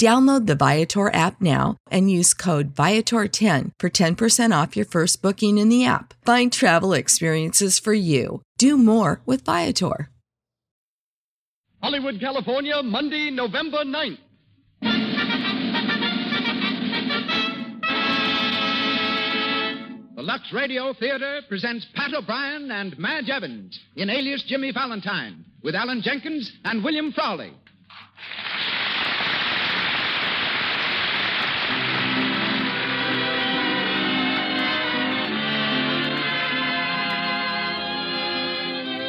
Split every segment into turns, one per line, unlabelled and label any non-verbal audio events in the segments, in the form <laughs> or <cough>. Download the Viator app now and use code Viator10 for 10% off your first booking in the app. Find travel experiences for you. Do more with Viator.
Hollywood, California, Monday, November 9th. The Lux Radio Theater presents Pat O'Brien and Madge Evans in Alias Jimmy Valentine with Alan Jenkins and William Frawley.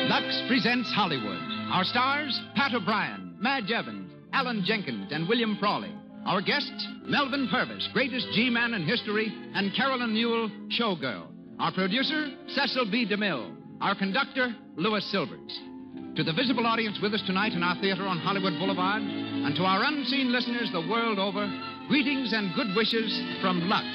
Lux presents Hollywood. Our stars, Pat O'Brien, Madge Evans, Alan Jenkins, and William Frawley. Our guests, Melvin Purvis, greatest G-man in history, and Carolyn Newell, showgirl. Our producer, Cecil B. DeMille. Our conductor, Louis Silvers. To the visible audience with us tonight in our theater on Hollywood Boulevard, and to our unseen listeners the world over, greetings and good wishes from Lux.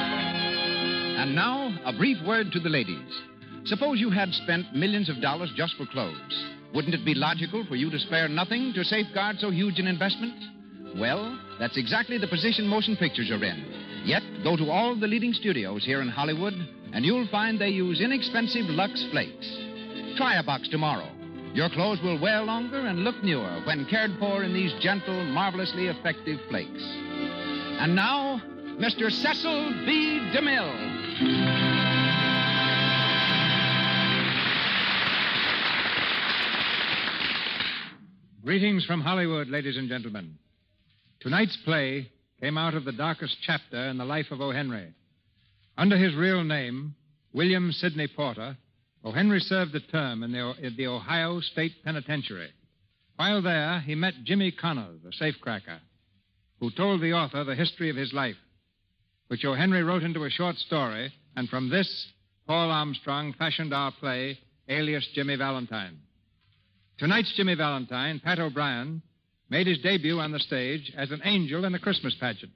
And now, a brief word to the ladies. Suppose you had spent millions of dollars just for clothes. Wouldn't it be logical for you to spare nothing to safeguard so huge an investment? Well, that's exactly the position motion pictures are in. Yet, go to all the leading studios here in Hollywood, and you'll find they use inexpensive Lux Flakes. Try a box tomorrow. Your clothes will wear longer and look newer when cared for in these gentle, marvelously effective flakes. And now, Mr. Cecil B. DeMille.
Greetings from Hollywood, ladies and gentlemen. Tonight's play came out of the darkest chapter in the life of O. Henry. Under his real name, William Sidney Porter, O. Henry served a term in the, in the Ohio State Penitentiary. While there, he met Jimmy Connor, the safecracker, who told the author the history of his life, which O. Henry wrote into a short story, and from this, Paul Armstrong fashioned our play, alias Jimmy Valentine. Tonight's Jimmy Valentine, Pat O'Brien, made his debut on the stage as an angel in a Christmas pageant.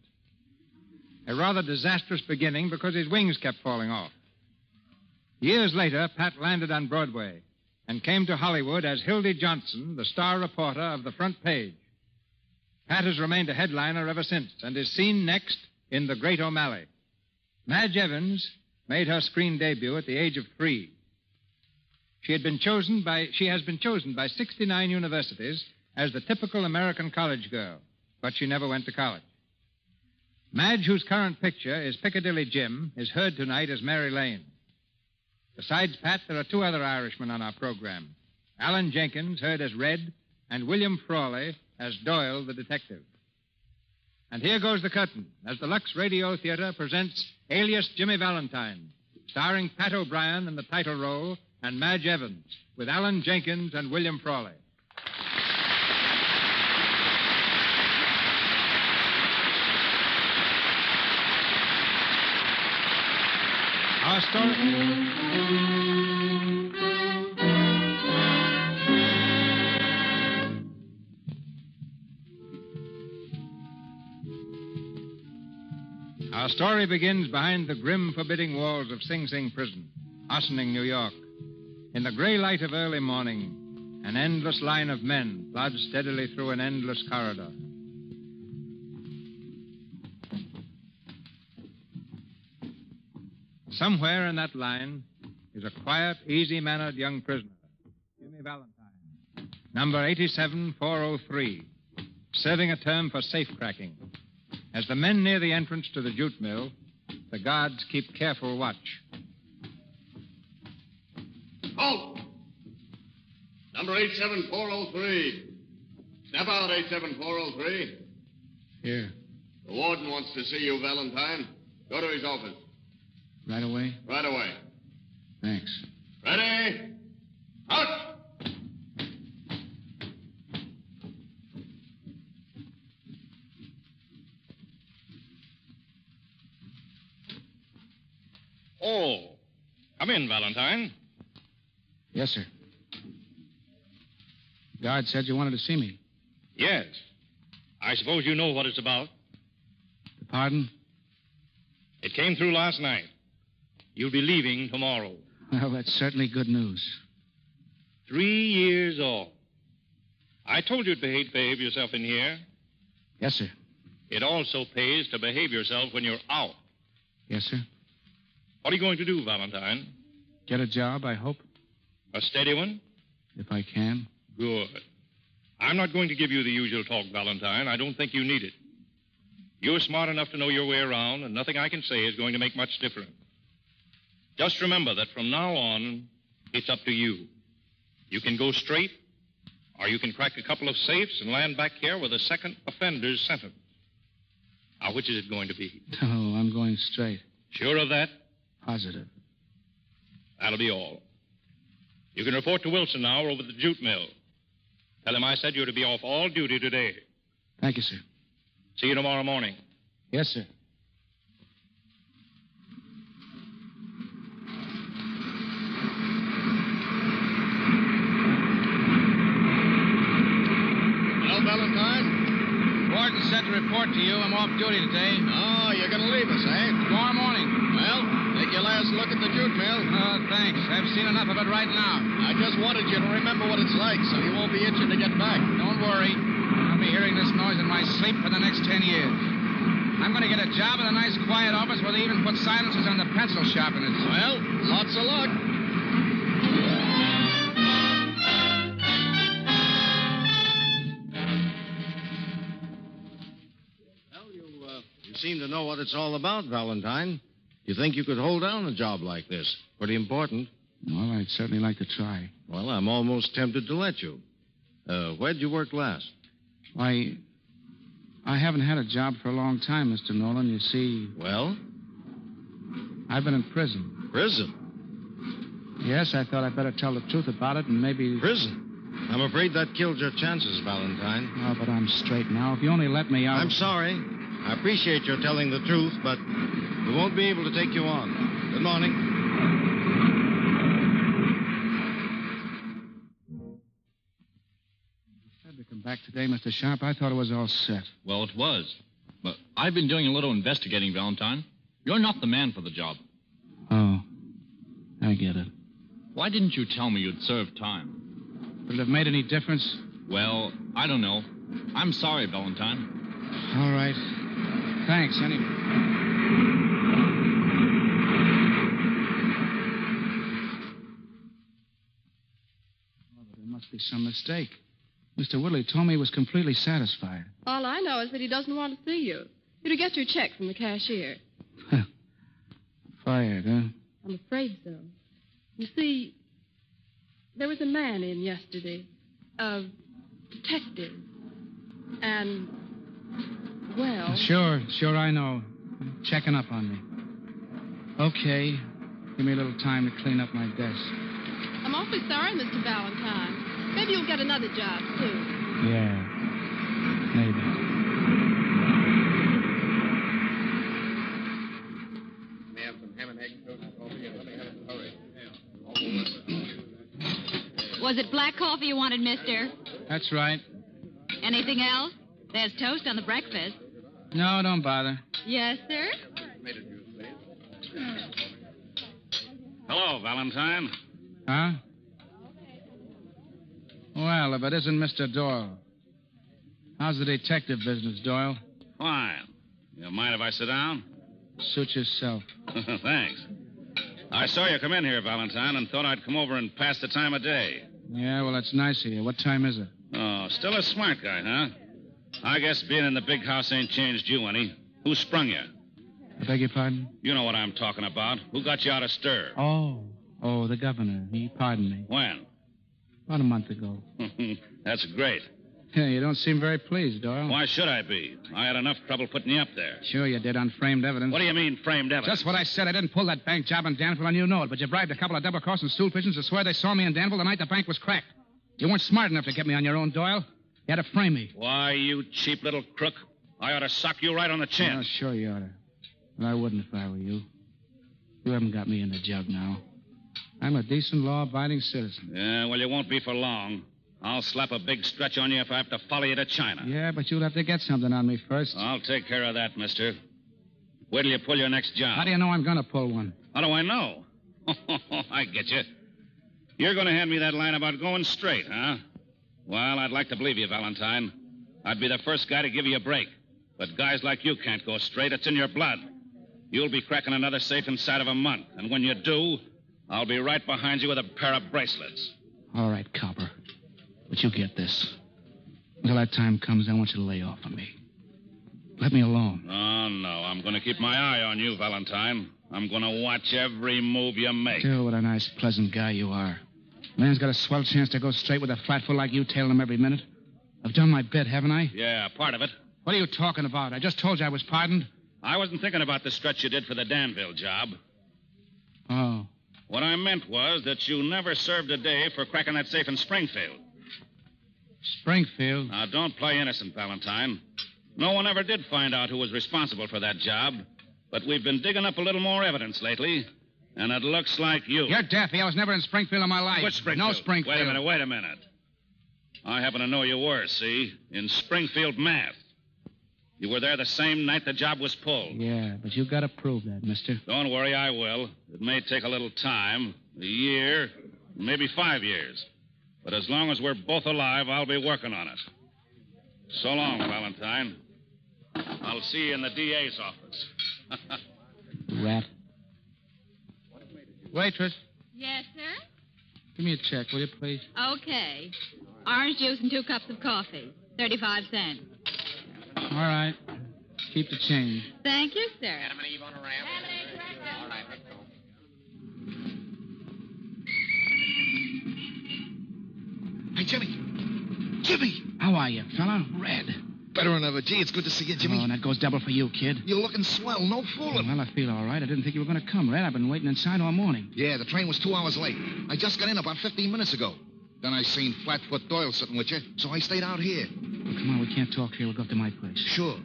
A rather disastrous beginning because his wings kept falling off. Years later, Pat landed on Broadway and came to Hollywood as Hildy Johnson, the star reporter of the front page. Pat has remained a headliner ever since and is seen next in The Great O'Malley. Madge Evans made her screen debut at the age of three. She had been chosen by she has been chosen by 69 universities as the typical American college girl, but she never went to college. Madge, whose current picture is Piccadilly Jim, is heard tonight as Mary Lane. Besides Pat, there are two other Irishmen on our program. Alan Jenkins, heard as Red, and William Frawley as Doyle, the detective. And here goes the curtain as the Lux Radio Theater presents Alias Jimmy Valentine, starring Pat O'Brien in the title role
and Madge Evans, with Alan Jenkins and William Frawley. Our story. Our story begins behind the grim, forbidding walls of Sing Sing Prison, Ossining, New York. In the gray light of early morning, an endless line of men plod steadily through an endless corridor. Somewhere in that line is a quiet, easy mannered young prisoner, Jimmy Valentine, number 87403, serving a term for safecracking. As the men near the entrance to the jute mill, the guards keep careful watch.
Halt! Number 87403. Step oh out, 87403.
Here,
The warden wants to see you, Valentine. Go to his office.
right away?
Right away.
Thanks.
Ready? Out!
Oh, come in, Valentine.
Yes, sir. Guard said you wanted to see me.
Yes. I suppose you know what it's about.
Pardon? <laughs>
It came through last night. You'll be leaving tomorrow.
Well, that's certainly good news.
Three years off. I told you to behave, behave yourself in here.
Yes, sir.
It also pays to behave yourself when you're out.
Yes, sir.
What are you going to do, Valentine?
Get a job, I hope,
A steady one?
if I can. <laughs>
Good. I'm not going to give you the usual talk, Valentine. I don't think you need it. You're smart enough to know your way around, and nothing I can say is going to make much difference. Just remember that from now on, it's up to you. You can go straight, or you can crack a couple of safes and land back here with a second offender's sentence. Now, which is it going to be?
Oh, I'm going straight.
Sure of that?
Positive.
That'll be all. You can report to Wilson now over at the jute mill. Tell him I said you're to be off all duty today.
Thank you, sir.
See you tomorrow morning.
Yes, sir.
Hello, Valentine.
Warden sent a report to you. I'm off duty today.
Oh, you're going to leave us, eh?
Tomorrow morning.
Well, take your last look at the jute mill.
Uh, thanks. I've seen enough of it right now.
I just wanted you to remember what it's like so you won't be itching to get back.
Don't worry. I'll be hearing this noise in my sleep for the next ten years. I'm going to get a job in a nice, quiet office where they even put silencers on the pencil sharpeners.
Well, lots of luck.
Well, you, uh, you seem to know what it's all about, Valentine. You think you could hold down a job like this? Pretty important.
Well, I'd certainly like to try.
Well, I'm almost tempted to let you. Uh, where'd you work last?
Why, I haven't had a job for a long time, Mr. Nolan. You see,
Well,
I've been in prison.
prison.
Yes, I thought I'd better tell the truth about it and maybe.
Prison. I'm afraid that killed your chances, Valentine.
Oh, but I'm straight now. If you only let me out.
I'm sorry. I appreciate your telling the truth, but we won't be able to take you on. Good morning.
Had to come back today, Mr. Sharp. I thought it was all set.
Well, it was. But I've been doing a little investigating, Valentine. You're not the man for the job.
Oh, I get it.
Why didn't you tell me you'd served time?
Would it have made any difference?
Well, I don't know. I'm sorry, Valentine.
All right. Thanks, anyway. Well, Oh, There must be some mistake. Mr. Woodley told me he was completely satisfied.
All I know is that he doesn't want to see you. You'll get your check from the cashier.
Fired, huh?
I'm afraid so. You see, there was a man in yesterday, a detective, and, well,
Oh, Sure, sure, I know. Checking up on me. Okay. Give me a little time to clean up my desk.
awfully sorry, Mr. Valentine. Maybe you'll get another job soon.
Yeah. Maybe.
May I have some ham and egg toast and coffee? And let me have it. Hurry.
Was it black coffee you wanted, mister?
That's right.
Anything else? There's toast on the breakfast.
No, don't bother.
Yes, sir?
Hello, Valentine.
Huh? Well, if it isn't Mr. Doyle. How's the detective business, Doyle?
Why? You mind if I sit down? <laughs>
Suit yourself.
Thanks. I saw you come in here, Valentine, and thought I'd come over and pass the time of day.
Yeah, well, it's nice of you. What time is it?
Oh, still a smart guy, huh? I guess being in the big house ain't changed you any. Who sprung you?
I beg your pardon?
You know what I'm talking about. Who got you out of stir?
Oh, oh, the governor. He pardoned me.
When? <laughs>
About a month ago.
That's great.
Yeah, you don't seem very pleased, Doyle.
Why should I be? I had enough trouble putting you up there.
Sure, you did on framed evidence.
What do you mean, framed evidence?
Just what I said. I didn't pull that bank job in Danville, and you know it. But you bribed a couple of double crossing stool pigeons to swear they saw me in Danville the night the bank was cracked. You weren't smart enough to get me on your own, Doyle. You had to frame me.
Why, you cheap little crook. I ought to sock you right on the chin.
Yeah, sure you oughta. But I wouldn't if I were you. You haven't got me in the jug now. I'm a decent, law-abiding citizen.
Yeah, well, you won't be for long. I'll slap a big stretch on you if I have to follow you to China.
Yeah, but you'll have to get something on me first.
I'll take care of that, mister. Wait till you pull your next job.
How do you know I'm gonna pull one?
How do I know? <laughs> I get you. You're going to hand me that line about going straight, huh? Well, I'd like to believe you, Valentine. I'd be the first guy to give you a break. But guys like you can't go straight. It's in your blood. You'll be cracking another safe inside of a month. And when you do, I'll be right behind you with a pair of bracelets.
All right, copper. But you get this. Until that time comes, I want you to lay off on me. Let me alone.
Oh, no. I'm going to keep my eye on you, Valentine. I'm going to watch every move you make.
Tell what a nice, pleasant guy you are. Man's got a swell chance to go straight with a flatfoot like you tailing him every minute. I've done my bit, haven't I?
Yeah, part of it.
What are you talking about? I just told you I was pardoned.
I wasn't thinking about the stretch you did for the Danville job.
Oh,
What I meant was that you never served a day for cracking that safe in Springfield.
Springfield.
Now, don't play innocent, Valentine. No one ever did find out who was responsible for that job, but we've been digging up a little more evidence lately, and it looks like you.
You're daffy. I was never in Springfield in my life.
Which Springfield?
No Springfield.
Wait a minute, wait a minute. I happen to know you were, see? In Springfield, Math. You were there the same night the job was pulled.
Yeah, but you gotta prove that, mister.
Don't worry, I will. It may take a little time a year, maybe five years. But as long as we're both alive, I'll be working on it. So long, Valentine. I'll see you in the DA's office. <laughs>
Rat. Waitress,
Yes, sir?
give me a check, will you, please?
Okay. Orange juice and two cups of coffee. 35 cents.
All right. Keep the change.
Thank you, sir.
Hey, Jimmy. Jimmy!
How are you, fella?
Red. Better than ever. Gee, it's good to see you, Jimmy.
Oh, and that goes double for you, kid.
You're looking swell. No fooling.
Well, I feel all right. I didn't think you were going to come, Red. I've been waiting inside all morning.
Yeah, the train was two hours late. I just got in about 15 minutes ago. Then I seen Flatfoot Doyle sitting with you, so I stayed out here.
Come on, we can't talk here. We'll go up to my place.
Sure.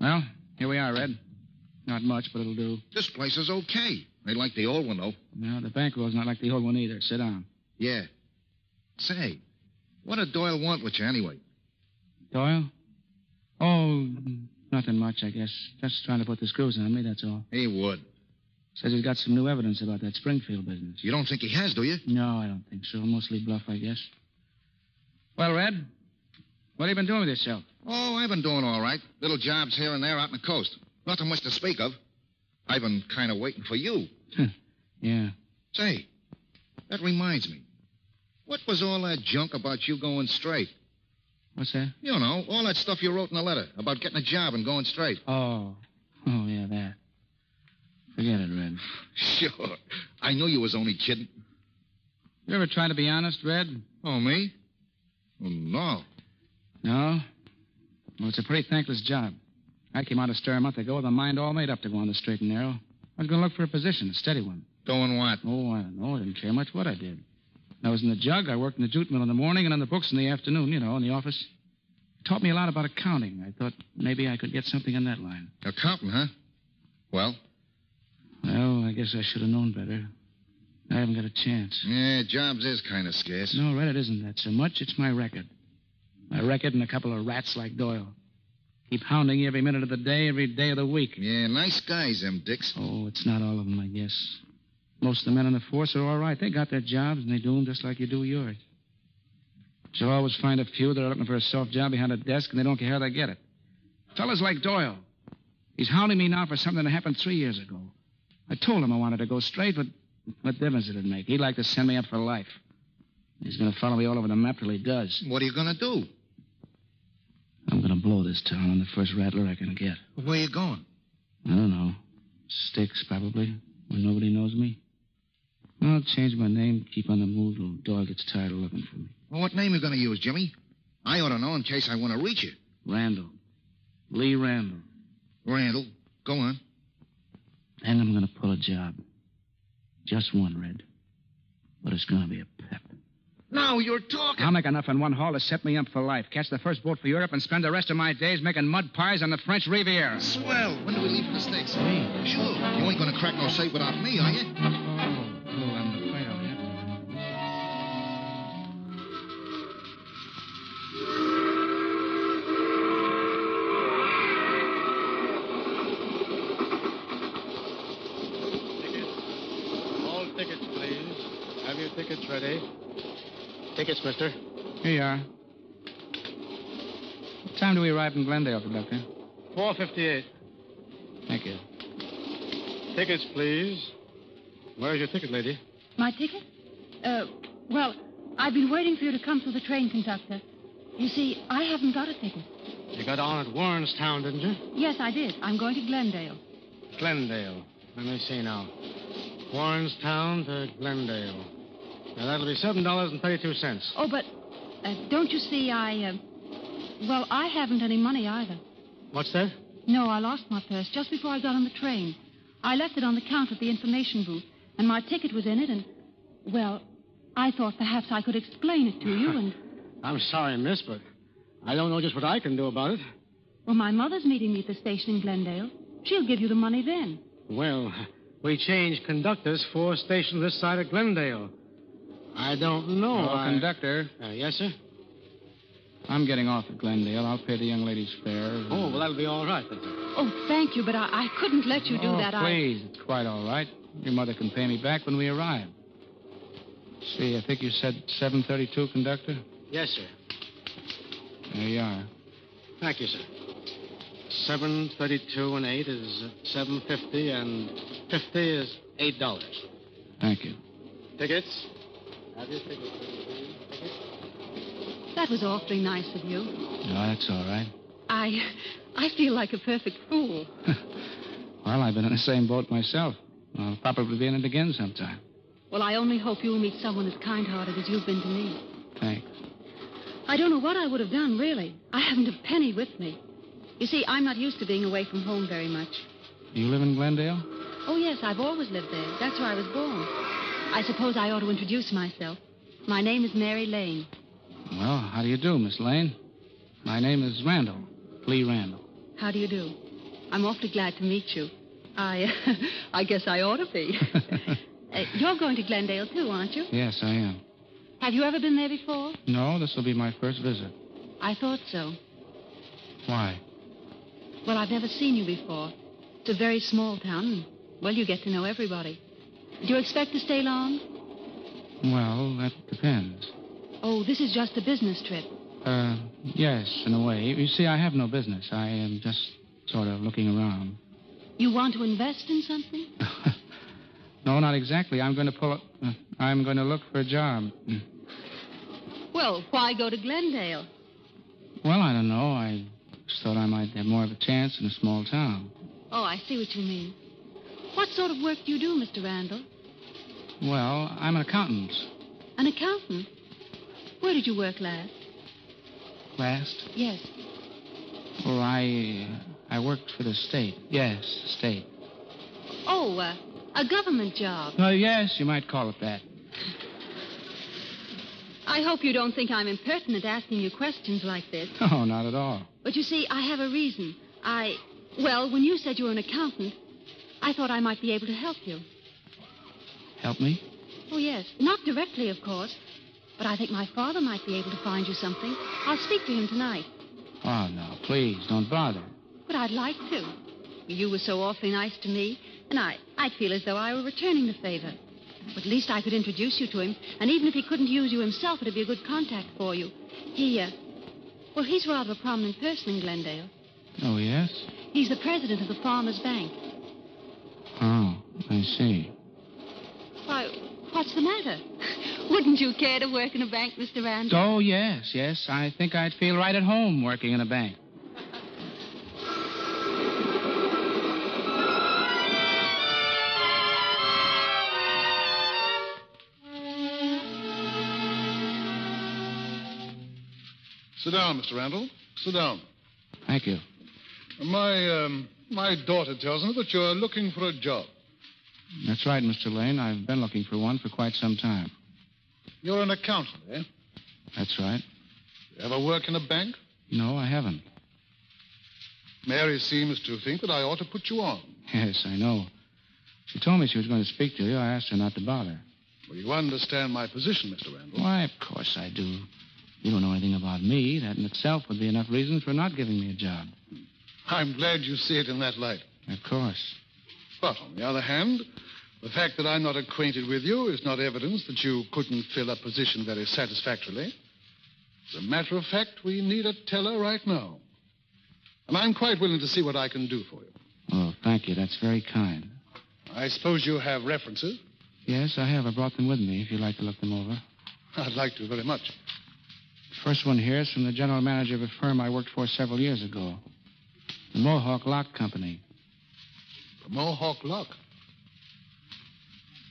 Well, here we are, Red. Not much, but it'll do.
This place is okay. They like the old one, though.
No, the bankroll's not like the old one either. Sit down.
Yeah. Say, what did Doyle want with you anyway?
Doyle? Oh, nothing much, I guess. Just trying to put the screws on me, that's all.
He would.
Says he's got some new evidence about that Springfield business.
You don't think he has, do you?
No, I don't think so. Mostly bluff, I guess. Well, Red, what have you been doing with yourself?
Oh, I've been doing all right. Little jobs here and there out on the coast. Nothing much to speak of. I've been kind of waiting for you.
Yeah.
Say, that reminds me. What was all that junk about you going straight?
What's that?
You know, all that stuff you wrote in the letter about getting a job and going straight.
Oh. Oh, yeah, that. Forget it, Red.
<laughs> Sure. I knew you was only kidding.
You ever try to be honest, Red?
Oh, me? Oh, no.
No? Well, it's a pretty thankless job. I came out of stir a month ago with a mind all made up to go on the straight and narrow. I was going to look for a position, a steady one. Doing what? Oh, I don't know. I didn't care much what I did. When I was in the jug. I worked in the jute mill in the morning and on the books in the afternoon, you know, in the office. It taught me a lot about accounting. I thought maybe I could get something in that line. Accounting, huh? Well? Well, I guess I should have known better. I haven't got a chance.
Yeah, jobs is kind of scarce.
No, Reddit isn't that so much. It's my record. My record and a couple of rats like Doyle. Keep hounding you every minute of the day, every day of the week. Yeah, nice guys, them dicks. Oh, it's not all of them, I guess. Most of the men on the force are all right. They got their jobs and they do them just like you do yours. But You'll always find a few that are looking for a soft job behind a desk and they don't care how they get it. Fellas like Doyle. He's hounding me now for something that happened three years ago. I told him I wanted to go straight, but what difference did it make? He'd like to send me up for life. He's going to follow me all over the map till he does. What are you going to do? I'm going to blow this town on the first rattler I can get.
Where you going?
I don't know. Sticks, probably, where nobody knows me. I'll change my name, keep on the move till Doyle gets tired of looking for me.
Well, what name you going to use, Jimmy? I ought to know in case I want to reach you.
Randall. Lee Randall.
Randall, go on.
And I'm going to pull a job. Just one, Red. But it's going to be a
Now you're talking.
I'll make enough in one haul to set me up for life. Catch the first boat for Europe and spend the rest of my days making mud pies on the French Riviera.
Swell. When do we leave for the States? Me. Sure. You ain't going to crack no safe without me, are you?
Oh,
All tickets, please. Have your tickets ready. Tickets, mister.
Here you are. What time do we arrive in Glendale, conductor?
458.
Thank you.
Tickets, please. Where's your ticket, lady?
My ticket? Uh, well, I've been waiting for you to come through the train, conductor. You see, I haven't got a ticket.
You got on at Warrenstown, didn't you?
Yes, I did. I'm going to Glendale.
Glendale. Let me see now. Warrenstown to Glendale. Now, that'll be $7.32.
Oh, but uh, don't you see, I. Uh, well, I haven't any money either.
What's that?
No, I lost my purse just before I got on the train. I left it on the counter at the information booth, and my ticket was in it, and. Well, I thought perhaps I could explain it to you,
<laughs>
and.
I'm sorry, miss, but I don't know just what I can do about it.
Well, my mother's meeting me at the station in Glendale. She'll give you the money then.
Well, <laughs> we changed conductors four stations this side of Glendale. I don't know.
Hello,
Oh, I-
conductor.
Uh, yes, sir?
I'm getting off at Glendale. I'll pay the young lady's fare.
Oh, well, that'll be all right. then.
Oh, thank you, but I, I couldn't let you do
Oh,
that.
Please, it's quite all right. Your mother can pay me back when we arrive. See, I think you said 732, conductor.
Yes, sir.
There you are.
Thank you, sir. 732 and 8 is uh, 750 and 50 is $8.
Thank you.
Tickets? Have your tickets. please.
I... That was awfully nice of you.
No, that's all right.
I. I feel like a perfect fool.
Well, I've been in the same boat myself. I'll probably be in it again sometime.
Well, I only hope you'll meet someone as kind hearted as you've been to me.
Thanks.
I don't know what I would have done, really. I haven't a penny with me. You see, I'm not used to being away from home very much.
You live in Glendale?
Oh, yes, I've always lived there. That's where I was born. I suppose I ought to introduce myself. My name is Mary Lane.
Well, how do you do, Miss Lane? My name is Randall. Lee Randall.
How do you do? I'm awfully glad to meet you. I, <laughs> I guess I ought to be. Uh, you're going to Glendale too, aren't you?
Yes, I am.
Have you ever been there before?
No, this will be my first visit.
I thought so.
Why?
Well, I've never seen you before. It's a very small town. and, Well, you get to know everybody. Do you expect to stay long?
Well, that depends.
Oh, this is just a business trip.
Uh, yes, in a way. You see, I have no business. I am just sort of looking around.
You want to invest in something?
No, not exactly. I'm going to pull up. uh, I'm going to look for a job.
Well, why go to Glendale?
Well, I don't know. I just thought I might have more of a chance in a small town.
Oh, I see what you mean. What sort of work do you do, Mr. Randall?
Well, I'm an accountant.
An accountant? Where did you work last?
Last?
Yes.
Well, I. uh, I worked for the state. Yes, state.
Oh, uh, a government job.
Well, yes, you might call it that. <laughs>
I hope you don't think I'm impertinent asking you questions like this.
Oh, not at all.
But you see, I have a reason. I. Well, when you said you were an accountant, I thought I might be able to help you.
Help me?
Oh, yes. Not directly, of course. But I think my father might be able to find you something. I'll speak to him tonight.
Oh, no, please, don't bother.
But I'd like to. You were so awfully nice to me, and I, I'd feel as though I were returning the favor. At least I could introduce you to him, and even if he couldn't use you himself, it'd be a good contact for you. He, uh, well, he's rather a prominent person in Glendale.
Oh, yes?
He's the president of the Farmers Bank.
Oh, I see.
Why, what's the matter? <laughs> Wouldn't you care to work in a bank, Mr. Randall?
Oh, yes, yes. I think I'd feel right at home working in a bank.
Sit down, Mr. Randall. Sit down.
Thank you.
My um, my daughter tells me that you're looking for a job.
That's right, Mr. Lane. I've been looking for one for quite some time.
You're an accountant, eh?
That's right.
You ever work in a bank?
No, I haven't. <laughs>
Mary seems to think that I ought to put you on.
Yes, I know. She told me she was going to speak to you. I asked her not to bother.
Well, you understand my position, Mr. Randall.
Why, of course I do. You don't know anything about me. That in itself would be enough reason for not giving me a job.
I'm glad you see it in that light.
Of course.
But on the other hand, the fact that I'm not acquainted with you is not evidence that you couldn't fill a position very satisfactorily. As a matter of fact, we need a teller right now. And I'm quite willing to see what I can do for you.
Oh, thank you. That's very kind.
I suppose you have references.
Yes, I have. I brought them with me if you'd like to look them over.
I'd like to very much.
First one here is from the general manager of a firm I worked for several years ago, the Mohawk Lock Company.
The Mohawk Lock.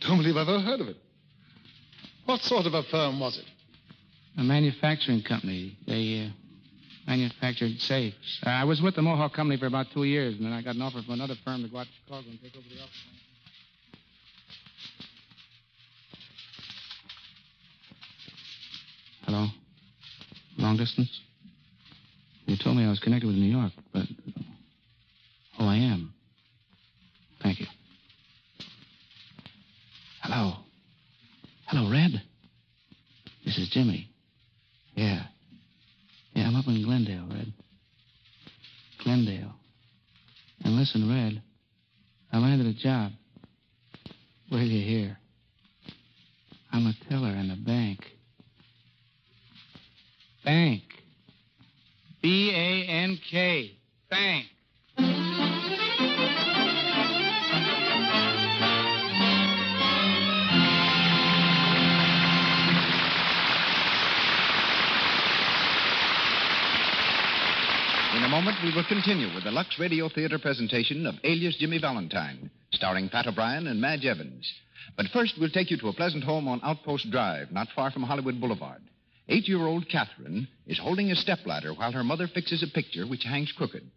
Don't believe I've ever heard of it. What sort of a firm was it?
A manufacturing company. They uh, manufactured safes. I was with the Mohawk Company for about two years, and then I got an offer from another firm to go out to Chicago and take over the office. Hello? Long distance? You told me I was connected with New York, but. Oh, I am. Thank you. Hello. Hello, Red. This is Jimmy. Yeah. Yeah, I'm up in Glendale, Red. Glendale. And listen, Red, I landed a job. Where you hear? I'm a teller in a bank. Bank. B A N K. Bank.
In a moment, we will continue with the Lux Radio Theater presentation of Alias Jimmy Valentine, starring Pat O'Brien and Madge Evans. But first, we'll take you to a pleasant home on Outpost Drive, not far from Hollywood Boulevard. Eight year old Catherine is holding a stepladder while her mother fixes a picture which hangs crooked.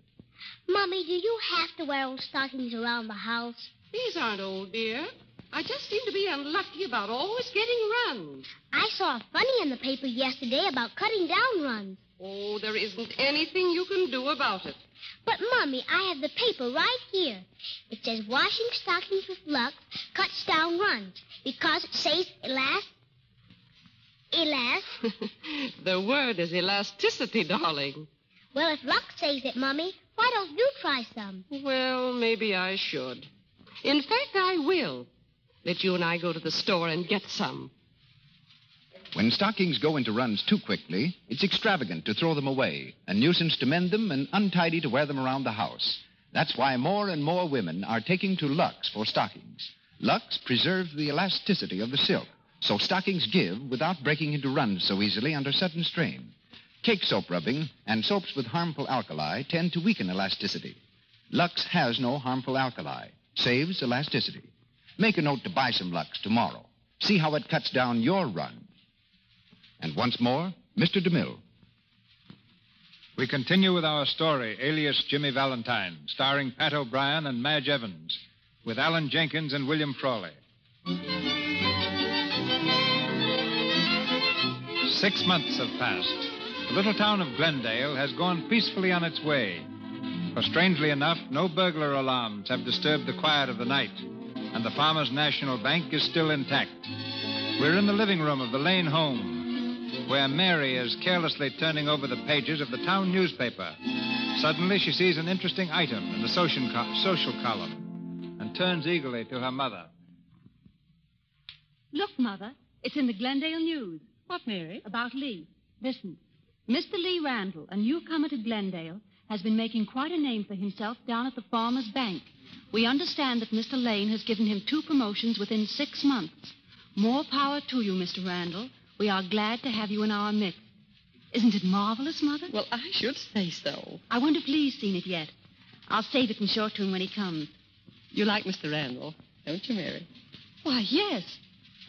Mommy, do you have to wear old stockings around the house?
These aren't old, dear. I just seem to be unlucky about always getting runs.
I saw a funny in the paper yesterday about cutting down runs.
Oh, there isn't anything you can do about it.
But, Mommy, I have the paper right here. It says washing stockings with Lux cuts down runs because it says elast.
<laughs>
Elast?
The word is elasticity, darling.
Well, if Lux says it, Mommy, why don't you try some?
Well, Oh, maybe I should. In fact, I will. Let you and I go to the store and get some.
When stockings go into runs too quickly, it's extravagant to throw them away, a nuisance to mend them, and untidy to wear them around the house. That's why more and more women are taking to Lux for stockings. Lux preserves the elasticity of the silk, so stockings give without breaking into runs so easily under sudden strain. Cake soap rubbing and soaps with harmful alkali tend to weaken elasticity. Lux has no harmful alkali, saves elasticity. Make a note to buy some Lux tomorrow. See how it cuts down your run. And once more, Mr. DeMille.
We continue with our story, alias Jimmy Valentine, starring Pat O'Brien and Madge Evans, with Alan Jenkins and William Frawley. Six months have passed. The little town of Glendale has gone peacefully on its way. For strangely enough, no burglar alarms have disturbed the quiet of the night, and the Farmers National Bank is still intact. We're in the living room of the Lane home, where Mary is carelessly turning over the pages of the town newspaper. Suddenly, she sees an interesting item in the social, co- social column and turns eagerly to her mother.
Look, Mother, it's in the Glendale News. What, Mary? About Lee. Listen. Mr. Lee Randall, a newcomer to Glendale, has been making quite a name for himself down at the Farmers Bank. We understand that Mr. Lane has given him two promotions within six months. More power to you, Mr. Randall. We are glad to have you in our midst. Isn't it marvelous, Mother? Well, I should say so. I wonder if Lee's seen it yet. I'll save it and show it to him when he comes.
You like Mr. Randall, don't you, Mary?
Why, yes.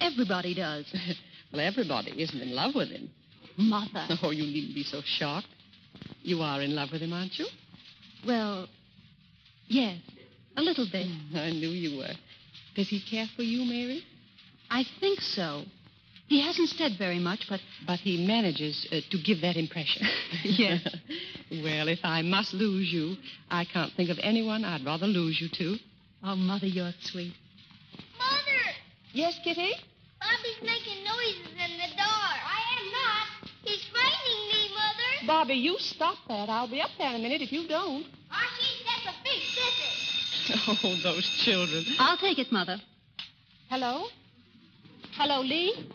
Everybody does.
<laughs> Well, everybody isn't in love with him.
Mother.
<laughs> Oh, you needn't be so shocked. You are in love with him, aren't you?
Well, yes, a little bit.
Mm, I knew you were. Does he care for you, Mary?
I think so. He hasn't said very much, but.
But he manages uh, to give that
<laughs>
impression. yes. <laughs> well, if I must lose you, I can't think of anyone I'd rather lose you to.
Oh, Mother, you're sweet.
Mother!
Yes, Kitty?
Bobby's making noises in the door. I am not. He's frightening me, Mother.
Bobby, you stop that. I'll be up there in a minute if you don't.
Archie, that's a big
<laughs>
sissy.
Oh, those children.
I'll take it, Mother. Hello? Hello, Lee?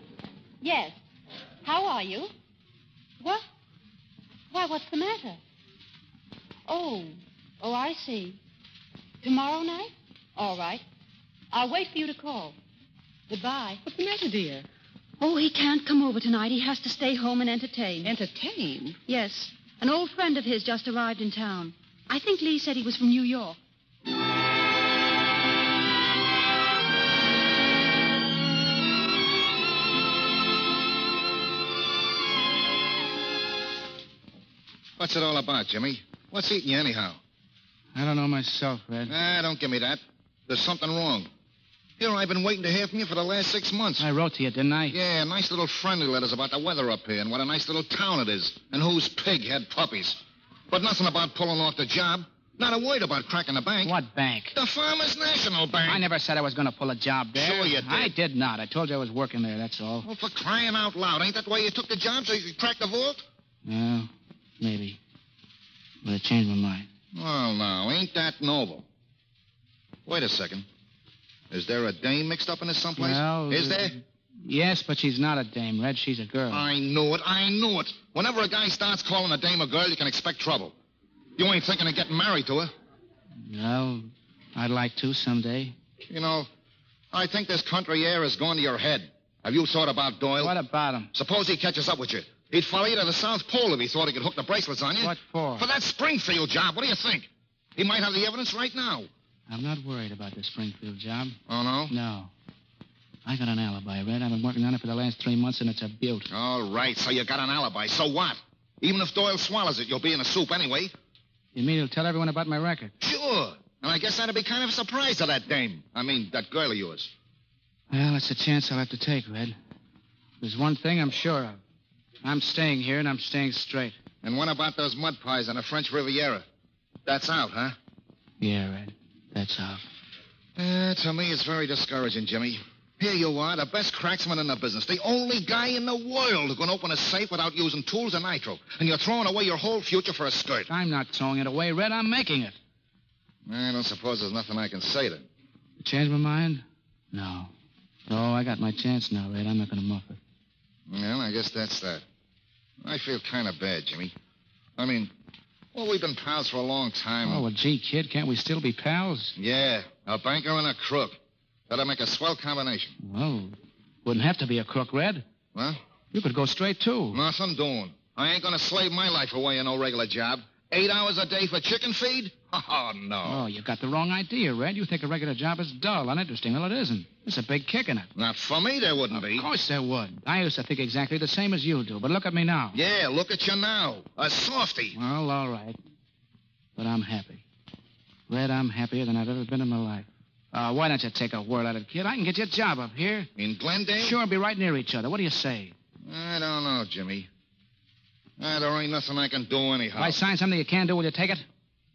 Yes. How are you? What? Why, what's the matter? Oh. Oh, I see. Tomorrow night? All right. I'll wait for you to call. Goodbye.
What's the matter, dear?
Oh, he can't come over tonight. He has to stay home and entertain.
Entertain?
Yes. An old friend of his just arrived in town. I think Lee said he was from New York.
What's it all about, Jimmy? What's eating you anyhow?
I don't know myself, Red.
Ah, don't give me that. There's something wrong. Here, I've been waiting to hear from you for the last six months.
I wrote to you, didn't I?
Yeah, nice little friendly letters about the weather up here and what a nice little town it is and whose pig had puppies. But nothing about pulling off the job. Not a word about cracking the bank.
What bank?
The Farmers National Bank.
I never said I was going to pull a job there.
Sure you did.
I did not. I told you I was working there, that's all.
Well, for crying out loud, ain't that why you took the job so you could crack the vault?
Well, maybe. But I changed my mind.
Well, now, ain't that noble? Wait a second. Is there a dame mixed up in this someplace?
Well, uh,
is there?
Yes, but she's not a dame, Red. She's a girl.
I knew it. I knew it. Whenever a guy starts calling a dame a girl, you can expect trouble. You ain't thinking of getting married to her.
Well, I'd like to someday.
You know, I think this country air has gone to your head. Have you thought about Doyle? What
about him?
Suppose he catches up with you. He'd follow you to the South Pole if he thought he could hook the bracelets on you.
What for?
For that Springfield job. What do you think? He might have the evidence right now.
I'm not worried about the Springfield job.
Oh, no?
No. I got an alibi, Red. I've been working on it for the last three months, and it's a beaut.
All right, so you got an alibi. So what? Even if Doyle swallows it, you'll be in the soup anyway.
You mean you'll tell everyone about my record?
Sure. And I guess that'd be kind of a surprise to that dame. I mean, that girl of yours.
Well, it's a chance I'll have to take, Red. There's one thing I'm sure of. I'm staying here, and I'm staying straight.
And what about those mud pies on the French Riviera? That's out, huh?
Yeah, Red. That's all.
Uh, to me, it's very discouraging, Jimmy. Here you are, the best cracksman in the business, the only guy in the world who can open a safe without using tools and nitro, and you're throwing away your whole future for a skirt.
I'm not throwing it away, Red. I'm making it.
I don't suppose there's nothing I can say to.
Change my mind? No. No, I got my chance now, Red. I'm not going to muff it.
Well, I guess that's that. I feel kind of bad, Jimmy. I mean, well, we've been pals for a long time.
Oh, well, gee, kid, can't we still be pals?
Yeah, a banker and a crook. That'll make a swell combination.
Well, wouldn't have to be a crook, Red.
What?
You could go straight, too.
Nothing doing. I ain't gonna slave my life away in no regular job. Eight hours a day for chicken feed? Oh, no.
Oh, you've got the wrong idea, Red. You think a regular job is dull, uninteresting. Well, it isn't. It's a big kick in it.
Not for me, there wouldn't be.
Of course there would. I used to think exactly the same as you do, but look at me now.
Yeah, look at you now. A softy.
Well, all right. But I'm happy. Red, I'm happier than I've ever been in my life. Uh, why don't you take a whirl at it, kid? I can get you a job up here.
In Glendale?
Sure, be right near each other. What do you say?
I don't know, Jimmy. Ah, there ain't nothing I can do anyhow.
If I sign something you can do, will you take it?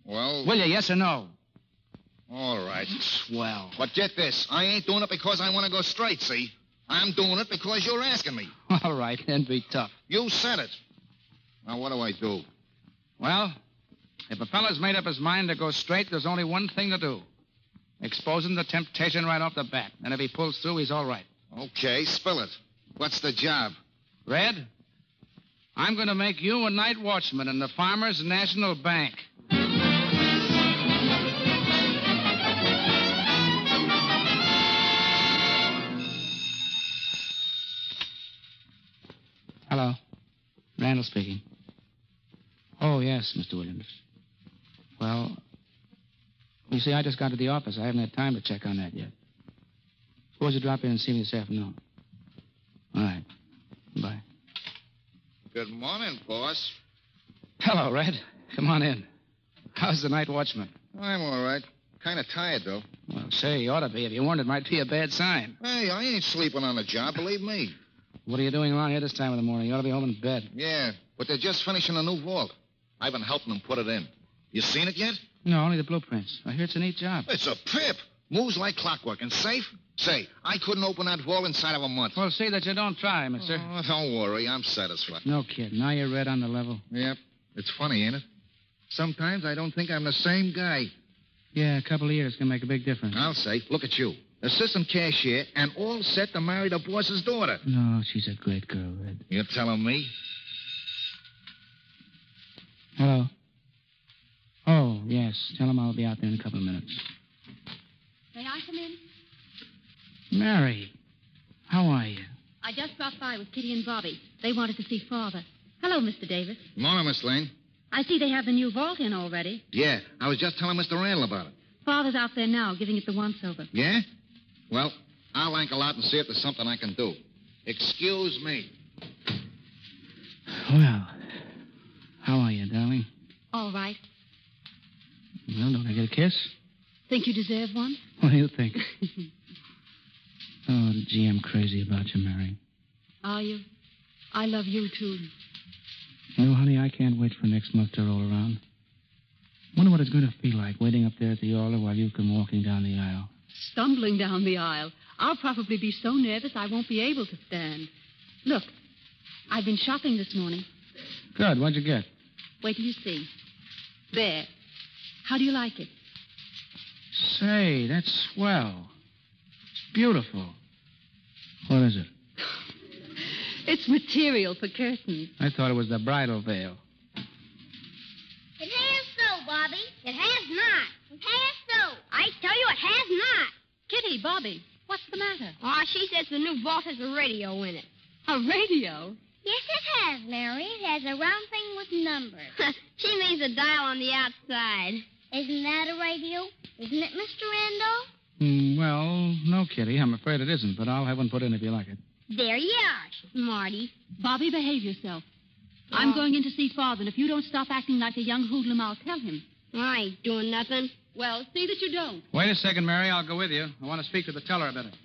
Well,
Will you, yes or no? <laughs>
all right.
Swell.
But get this. I ain't doing it because I want to go straight, see? I'm doing it because you're asking me.
All right, then be tough.
You said it. Now, what do I do?
Well, if a fellow's made up his mind to go straight, there's only one thing to do. Expose him to temptation right off the bat. And if he pulls through, he's all right.
Okay, spill it. What's the job?
Red, I'm going to make you a night watchman in the Farmers National Bank. Hello. Randall speaking. Oh, yes, Mr. Williams. Well, you see, I just got to the office. I haven't had time to check on that yet. Suppose you drop in and see me this afternoon. All right. Bye.
Good morning, boss.
Hello, Red. Come on in. How's the night watchman?
I'm all right. Kind of tired, though.
Well, say, you ought to be. If you weren't, it might be a bad sign.
Hey, I ain't sleeping on the job, believe me.
What are you doing around here this time of the morning? You ought to be home in bed.
Yeah, but they're just finishing a new vault. I've been helping them put it in. You seen it yet?
No, only the blueprints. I hear it's a neat job.
It's a pip. Moves like clockwork and safe. Say, I couldn't open that vault inside of a month.
Well, see that you don't try, mister.
Oh, don't worry, I'm satisfied.
No kid. Now you're red on the level.
Yep. It's funny, ain't it? Sometimes I don't think I'm the same guy.
Yeah, a couple of years can make a big difference.
I'll say, look at you. Assistant cashier and all set to marry the boss's daughter.
No, she's a great girl, Red.
You're telling me?
Hello. Oh, yes. Tell him I'll be out there in a couple of minutes.
May I come in?
Mary, how are you?
I just dropped by with Kitty and Bobby. They wanted to see Father. Hello, Mr. Davis.
Morning, Miss Lane.
I see they have the new vault in already.
Yeah, I was just telling Mr. Randall about it.
Father's out there now giving it the once over.
Yeah? Well, I'll ankle out and see if there's something I can do. Excuse me.
Well, how are you, darling?
All right.
Well, don't I get a kiss? <laughs>
Think you deserve one?
What do you think? oh, gee, I'm crazy about you, Mary.
Are you? I love you too.
No, honey, I can't wait for next month to roll around. Wonder what it's going to feel like waiting up there at the altar while you come walking down the aisle.
Stumbling down the aisle. I'll probably be so nervous I won't be able to stand. Look, I've been shopping this morning.
Good. What'd you get?
Wait till you see. There. How do you like it?
Say, that's swell. It's beautiful. What is it?
It's material for curtains.
I thought it was the bridal veil.
It has so, Bobby. It has not. It has so. I tell you, it has not.
Kitty, Bobby, what's the matter?
Aw, she says the new vault has a radio in it.
A radio?
Yes, it has, Mary. It has a round thing with numbers. <laughs> she means a dial on the outside. Isn't that a radio? Isn't it, Mr. Randall?
Mm, well, no, Kitty. I'm afraid it isn't, but I'll have one put in if you like it.
There you are, Marty. Oh.
Bobby, behave yourself. I'm going in to see Father, and if you don't stop acting like a young hoodlum, I'll tell him.
I ain't doing nothing.
Well, see that you don't.
Wait a second, Mary. I'll go with you. I want to speak to the teller about it.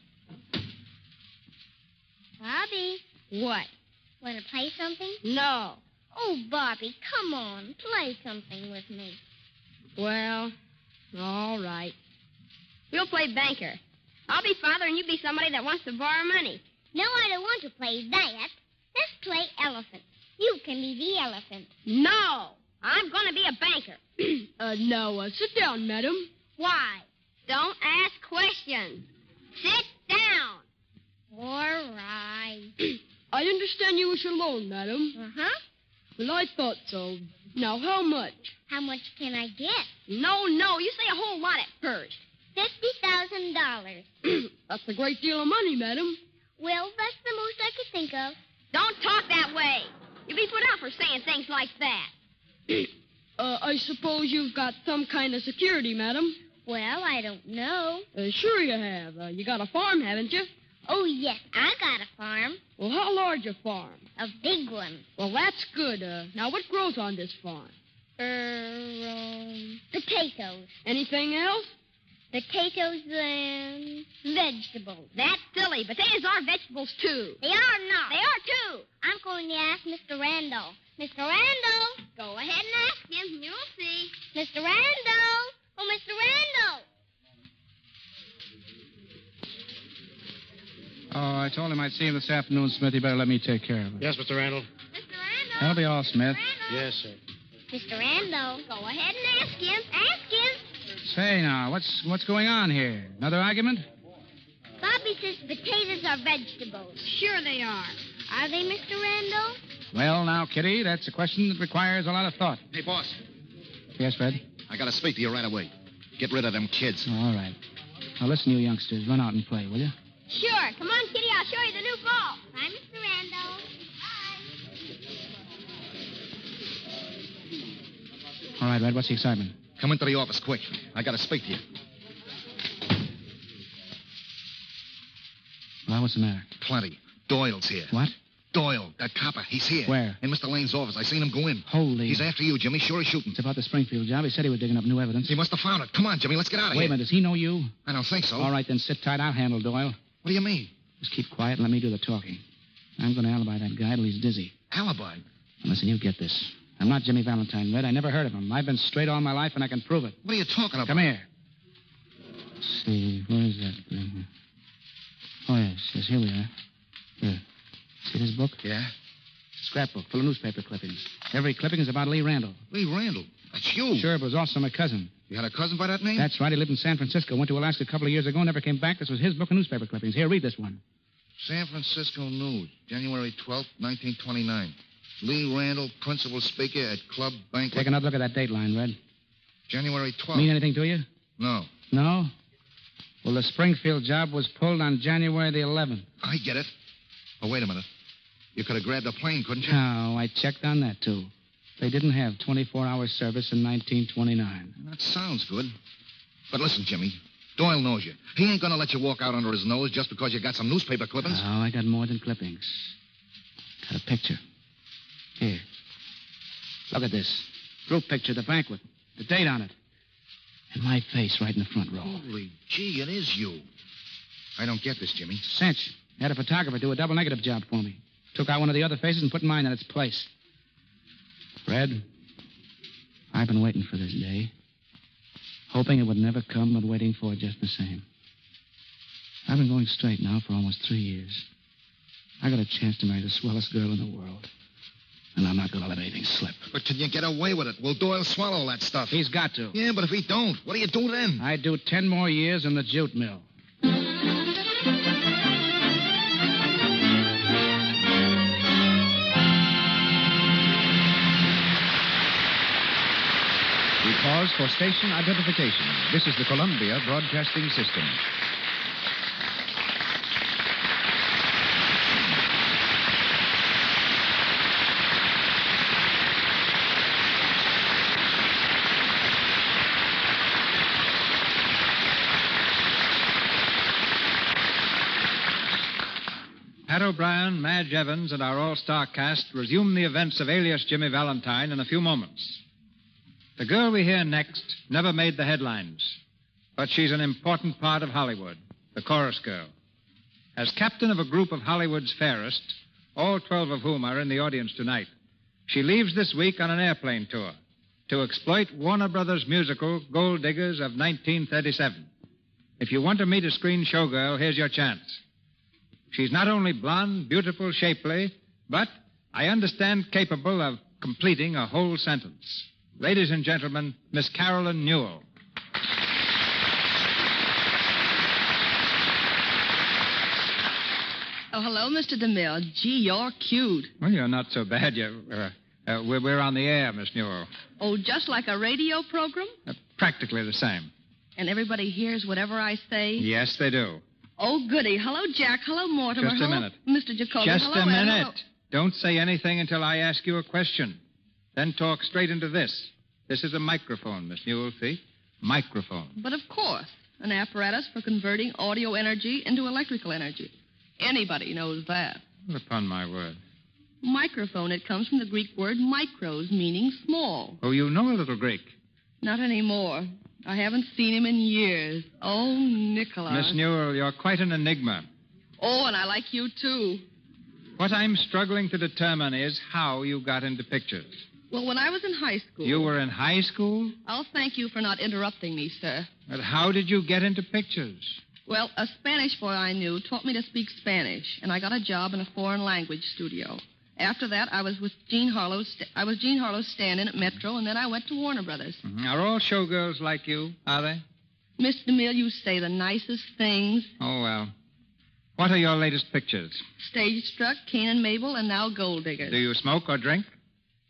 Bobby. What? Want to play something? No. Oh, Bobby, come on. Play something with me. Well, all right. We'll play banker. I'll be father and you be somebody that wants to borrow money. No, I don't want to play that. Let's play elephant. You can be the elephant. No! I'm going to be a banker. <clears throat> uh, no, uh, sit down, madam. Why? Don't ask questions. Sit down. All <clears throat> right.
I understand you wish a loan, madam.
Uh huh.
Well, I thought so. Now, how much?
How much can I get?
No, no, you say a whole lot at first.
Fifty thousand dollars.
<clears throat> That's a great deal of money, madam.
Well, that's the most I could think of.
Don't talk that way. You'll be put out for saying things like that.
Uh, I suppose you've got some kind of security, madam.
Well, I don't know.
Uh, sure you have. Uh, you got a farm, haven't you?
Oh, yes, I got a farm.
Well, how large a farm?
A big one.
Well, that's good. Uh, now, what grows on this farm?
Er, um, potatoes.
Anything else?
Potatoes and vegetables.
That's silly. Potatoes are vegetables, too.
They are not.
They are, too.
I'm going to ask Mr. Randall. Mr. Randall!
Go ahead and ask him. You'll see.
Mr. Randall! Oh, Mr. Randall!
Oh, I told him I'd see him this afternoon, Smith. You better let me take care of it.
Yes, Mr. Randall.
That'll be all, Smith.
Yes, sir.
Mr. Randall! Go ahead and ask him. Ask him!
Say now, what's what's going on here? Another argument?
Bobby says potatoes are vegetables.
Sure they are.
Are they, Mr. Randall?
Well, now, Kitty, that's a question that requires a lot of thought.
Hey, boss.
Yes, Fred?
I gotta speak to you right away. Get rid of them kids.
All right. Now listen, you youngsters, run out and play, will you?
Sure. Come on, Kitty. I'll show you the new ball. Bye, Mr. Randall.
All right, Red. What's the excitement?
Come into the office quick. I gotta speak to you.
Well, what's the matter?
Plenty. Doyle's here.
What?
Doyle, that copper, he's here.
Where?
In Mr. Lane's office. I seen him go in.
Holy.
He's after you, Jimmy. Sure as shooting.
It's about the Springfield job. He said he was digging up new evidence.
He must have found it. Come on, Jimmy. Let's get out of
Wait
here.
a minute. Does he know you?
I don't think so.
All right, then sit tight. I'll handle Doyle.
What do you mean?
Just keep quiet and let me do the talking. I'm going to alibi that guy till he's dizzy.
Alibi?
Now, listen, you get this. I'm not Jimmy Valentine, Red. I never heard of him. I've been straight all my life, and I can prove it.
What are you talking about?
Come here. Let's see, where is that? Mhm. Oh, yes, yes, here we are. Here. See this book?
Yeah?
Scrapbook full of newspaper clippings. Every clipping is about Lee Randall.
Lee Randall. That's you.
Sure, but it was also my cousin.
You had a cousin by that name?
That's right. He lived in San Francisco, went to Alaska a couple of years ago, never came back. This was his book of newspaper clippings. Here, read this one.
San Francisco News, January 12th, 1929. Lee Randall, principal speaker at Club Banquet.
Take another look at that date line, Red.
January 12th.
Mean anything to you?
No.
No? Well, the Springfield job was pulled on January the 11th.
I get it. Oh, wait a minute. You could have grabbed a plane, couldn't you?
No, I checked on that, too. They didn't have 24 hour service in 1929.
That sounds good. But listen, Jimmy. Doyle knows you. He ain't gonna let you walk out under his nose just because you got some newspaper clippings.
Oh, I got more than clippings. Got a picture. Here. Look at this. Group picture, the banquet. The date on it. And my face right in the front row.
Holy gee, it is you. I don't get this, Jimmy.
Cinch. Had a photographer do a double negative job for me. Took out one of the other faces and put mine in its place. Red, I've been waiting for this day. Hoping it would never come, but waiting for it just the same. I've been going straight now for almost three years. I got a chance to marry the swellest girl in the world. And I'm not going to let anything slip.
But can you get away with it? Will Doyle swallow that stuff?
He's got to.
Yeah, but if he don't, what do you do then?
I do ten more years in the jute mill.
We pause for station identification. This is the Columbia Broadcasting System.
Pat O'Brien, Madge Evans, and our all star cast resume the events of alias Jimmy Valentine in a few moments. The girl we hear next never made the headlines, but she's an important part of Hollywood, the chorus girl. As captain of a group of Hollywood's fairest, all 12 of whom are in the audience tonight, she leaves this week on an airplane tour to exploit Warner Brothers' musical Gold Diggers of 1937. If you want to meet a screen showgirl, here's your chance. She's not only blonde, beautiful, shapely, but I understand capable of completing a whole sentence. Ladies and gentlemen, Miss Carolyn Newell.
Oh, hello, Mr. DeMille. Gee, you're cute.
Well, you're not so bad. You, uh, uh, we're, we're on the air, Miss Newell.
Oh, just like a radio program?
Practically the same.
And everybody hears whatever I say?
Yes, they do.
Oh, goody. Hello, Jack. Hello, Mortimer.
Just a
Hello,
minute.
Mr. Jacoby.
Just
Oh, Hello,
a
Ed.
minute.
Hello.
Don't say anything until I ask you a question. Then talk straight into this. This is a microphone, Miss Newell, see? Microphone.
Oh,
But of course, an apparatus for converting audio energy into electrical energy. Anybody knows that.
Well, upon my word.
Microphone, it comes from the Greek word micros, meaning small.
Oh, you know a little Greek.
Not anymore. I haven't seen him in years. Oh, Nicholas.
Miss Newell, you're quite an enigma.
Oh, and I like you too.
What I'm struggling to determine is how you got into pictures.
Well, when I was in high school,
You were in high school?
I'll thank you for not interrupting me, sir.
But how did you get into pictures?
Well, a Spanish boy I knew taught me to speak Spanish, and I got a job in a foreign language studio. After that, I was with Gene Harlow's. I was Gene Harlow's stand-in at Metro, and then I went to Warner Brothers.
Are all showgirls like you? Are they?
Miss DeMille, you say the nicest things.
Oh, well. What are your latest pictures?
Stage struck, Cain and Mabel, and now Gold Diggers.
Do you smoke or drink?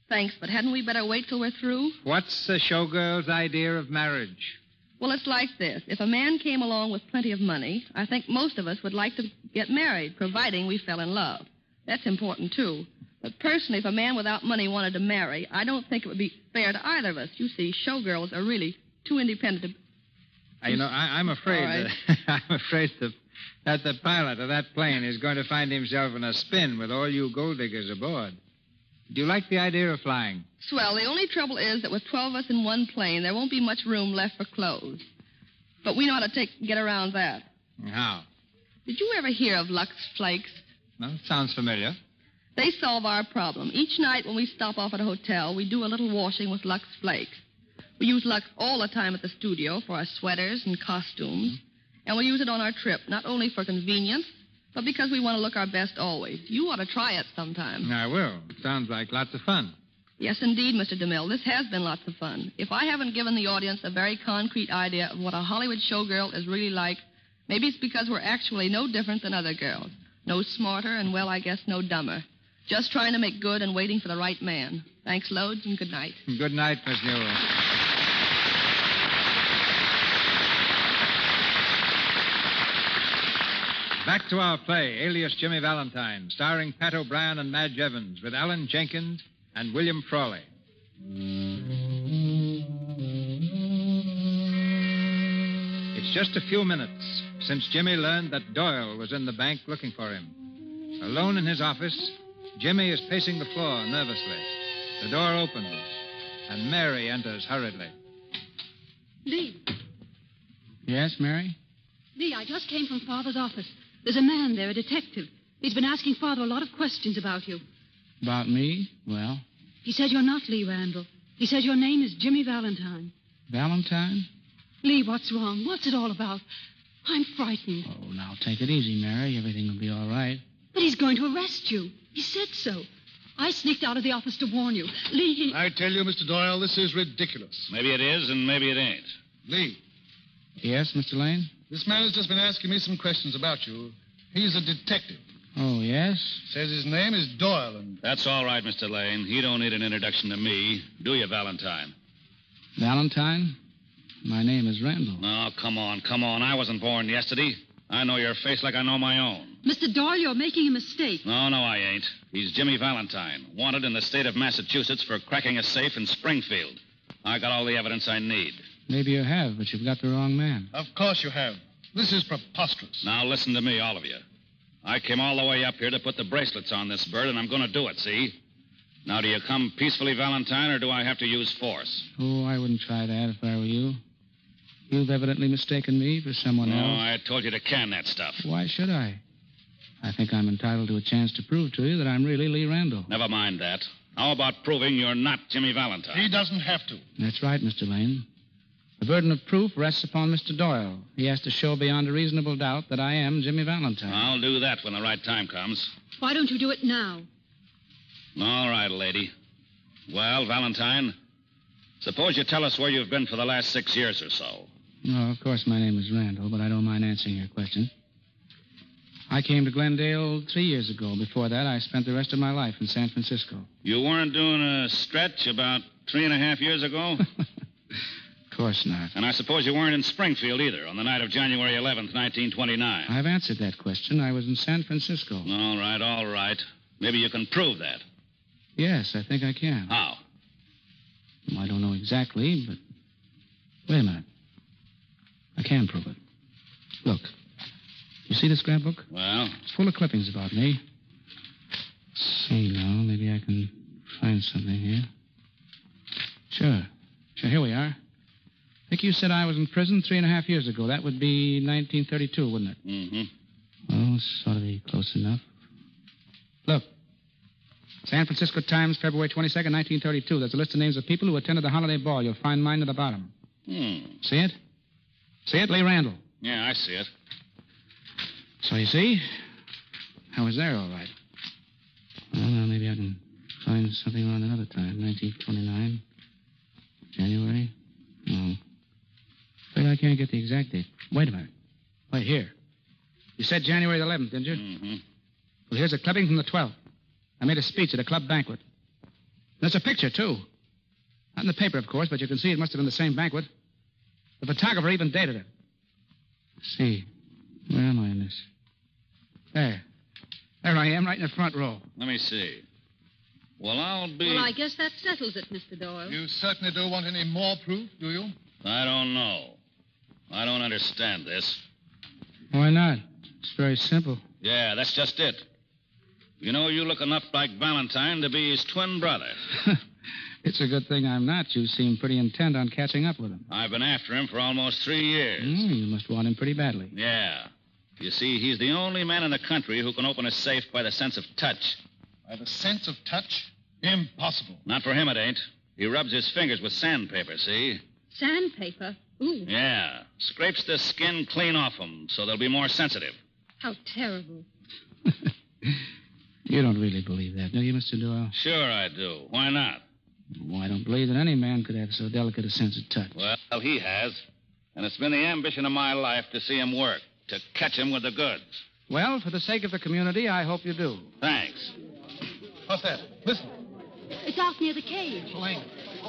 Thanks, but hadn't we better wait till we're through?
What's a showgirl's idea of marriage?
Well, it's like this. If a man came along with plenty of money, I think most of us would like to get married, providing we fell in love. That's important, too. But personally, if a man without money wanted to marry, I don't think it would be fair to either of us. You see, showgirls are really too independent to
Uh, You know, I, I'm afraid
<laughs> All right.
that, <laughs> I'm afraid that, that the pilot of that plane is going to find himself in a spin with all you gold diggers aboard. Do you like the idea of flying?
Swell, the only trouble is that with 12 of us in one plane, there won't be much room left for clothes. But we know how to take, get around that.
How?
Did you ever hear of Lux Flakes?
No, sounds familiar.
They solve our problem. Each night when we stop off at a hotel, we do a little washing with Lux Flakes. We use Lux all the time at the studio for our sweaters and costumes, and we use it on our trip, not only for convenience, but because we want to look our best always. You ought to try it sometime.
I will. Sounds like lots of fun.
Yes, indeed, Mr. DeMille. This has been lots of fun. If I haven't given the audience a very concrete idea of what a Hollywood showgirl is really like, maybe it's because we're actually no different than other girls. No smarter and, well, I guess no dumber. Just trying to make good and waiting for the right man. Thanks loads and good night.
Good night, Miss Newell. Back to our play, Alias Jimmy Valentine, starring Pat O'Brien and Madge Evans, with Alan Jenkins and William Frawley. It's just a few minutes since Jimmy learned that Doyle was in the bank looking for him. Alone in his office, Jimmy is pacing the floor nervously. The door opens, and Mary enters hurriedly.
Lee,
Yes, Mary?
Lee, I just came from Father's office. There's a man there, a detective. He's been asking Father a lot of questions about you.
About me? Well,
He says you're not Lee Randall. He says your name is Jimmy Valentine.
Valentine?
Lee, what's wrong? What's it all about? I'm frightened.
Oh, now take it easy, Mary. Everything will be all right.
But he's going to arrest you. He said so. I sneaked out of the office to warn you. Lee, he...
I tell you, Mr. Doyle, this is ridiculous.
Maybe it is, and maybe it ain't.
Lee,
Yes, Mr. Lane?
this man has just been asking me some questions about you. He's a detective.
Oh, yes?
Says his name is Doyle, and
That's all right, Mr. Lane. You don't need an introduction to me, do you, Valentine?
Valentine? My name is Randall.
Oh, come on, come on. I wasn't born yesterday. I know your face like I know my own.
Mr. Doyle, you're making a mistake.
No, no, I ain't. He's Jimmy Valentine, wanted in the state of Massachusetts for cracking a safe in Springfield. I got all the evidence I need.
Maybe you have, but you've got the wrong man.
Of course you have. This is preposterous. Now listen to me, all of you. I came all the way up here to put the bracelets on this bird, and I'm going to do it, see? Now, do you come peacefully, Valentine, or do I have to use force?
Oh, I wouldn't try that if I were you. You've evidently mistaken me for someone
No,
else.
Oh, I told you to can that stuff.
Why should I? I think I'm entitled to a chance to prove to you that I'm really Lee Randall.
Never mind that. How about proving you're not Jimmy Valentine? He doesn't have to.
That's right, Mr. Lane. The burden of proof rests upon Mr. Doyle. He has to show beyond a reasonable doubt that I am Jimmy Valentine.
I'll do that when the right time comes.
Why don't you do it now?
All right, lady. Well, Valentine, suppose you tell us where you've been for the last six years or so.
No, of course, my name is Randall, but I don't mind answering your question. I came to Glendale three years ago. Before that, I spent the rest of my life in San Francisco.
You weren't doing a stretch about three and a half years
<laughs>
ago?
Of course not.
and I suppose you weren't in Springfield either on the night of January 11th, 1929.
I've answered that question. I was in San Francisco.
All right, all right. Maybe you can prove that.
Yes, I think I can.
How?
I don't know exactly, but. Wait a minute. I can prove it. Look. You see the scrapbook?
Well,
It's full of clippings about me. Let's see now, maybe I can find something here. Sure. Sure, here we are. I think you said I was in prison three and a half years ago. That would be 1932, wouldn't it?
mm-hmm.
Well, this ought to be close enough. Look. San Francisco Times, February 22nd, 1932. There's a list of names of people who attended the holiday ball. You'll find mine at the bottom.
Hmm.
See it? See it? Lee Randall.
Yeah, I see it.
So you see, I was there all right. Well, now maybe I can find something around another time. 1929, January. No. But I can't get the exact date. Wait a minute. Wait here. You said January the 11th, didn't you?
Mm-hmm.
Well, here's a clipping from the 12th. I made a speech at a club banquet. There's a picture too. Not in the paper, of course, but you can see it must have been the same banquet. The photographer even dated it. Let's see. Where am I in this? There. There I am, right in the front row.
Let me see. Well, I'll be.
Well, I guess that settles it, Mr. Doyle.
You certainly don't want any more proof, do you?
I don't know. I don't understand this.
Why not? It's very simple.
Yeah, that's just it. You know, you looking up like Valentine to be his twin brother.
It's a good thing I'm not. You seem pretty intent on catching up with him.
I've been after him for almost three years.
Mm, you must want him pretty badly.
Yeah. You see, he's the only man in the country who can open a safe by the sense of touch.
By the sense of touch? Impossible.
Not for him, it ain't. He rubs his fingers with sandpaper, see?
Sandpaper? Ooh,
Yeah. Scrapes the skin clean off 'em so they'll be more sensitive.
how terrible.
You don't really believe that, do you, Mr. Doyle?
Sure, I do. Why not?
Well, I don't believe that any man could have so delicate a sense of touch.
Well, he has. And it's been the ambition of my life to see him work, to catch him with the goods.
Well, for the sake of the community, I hope you do.
Thanks.
What's that? Listen.
It's out near the cave.
Lane.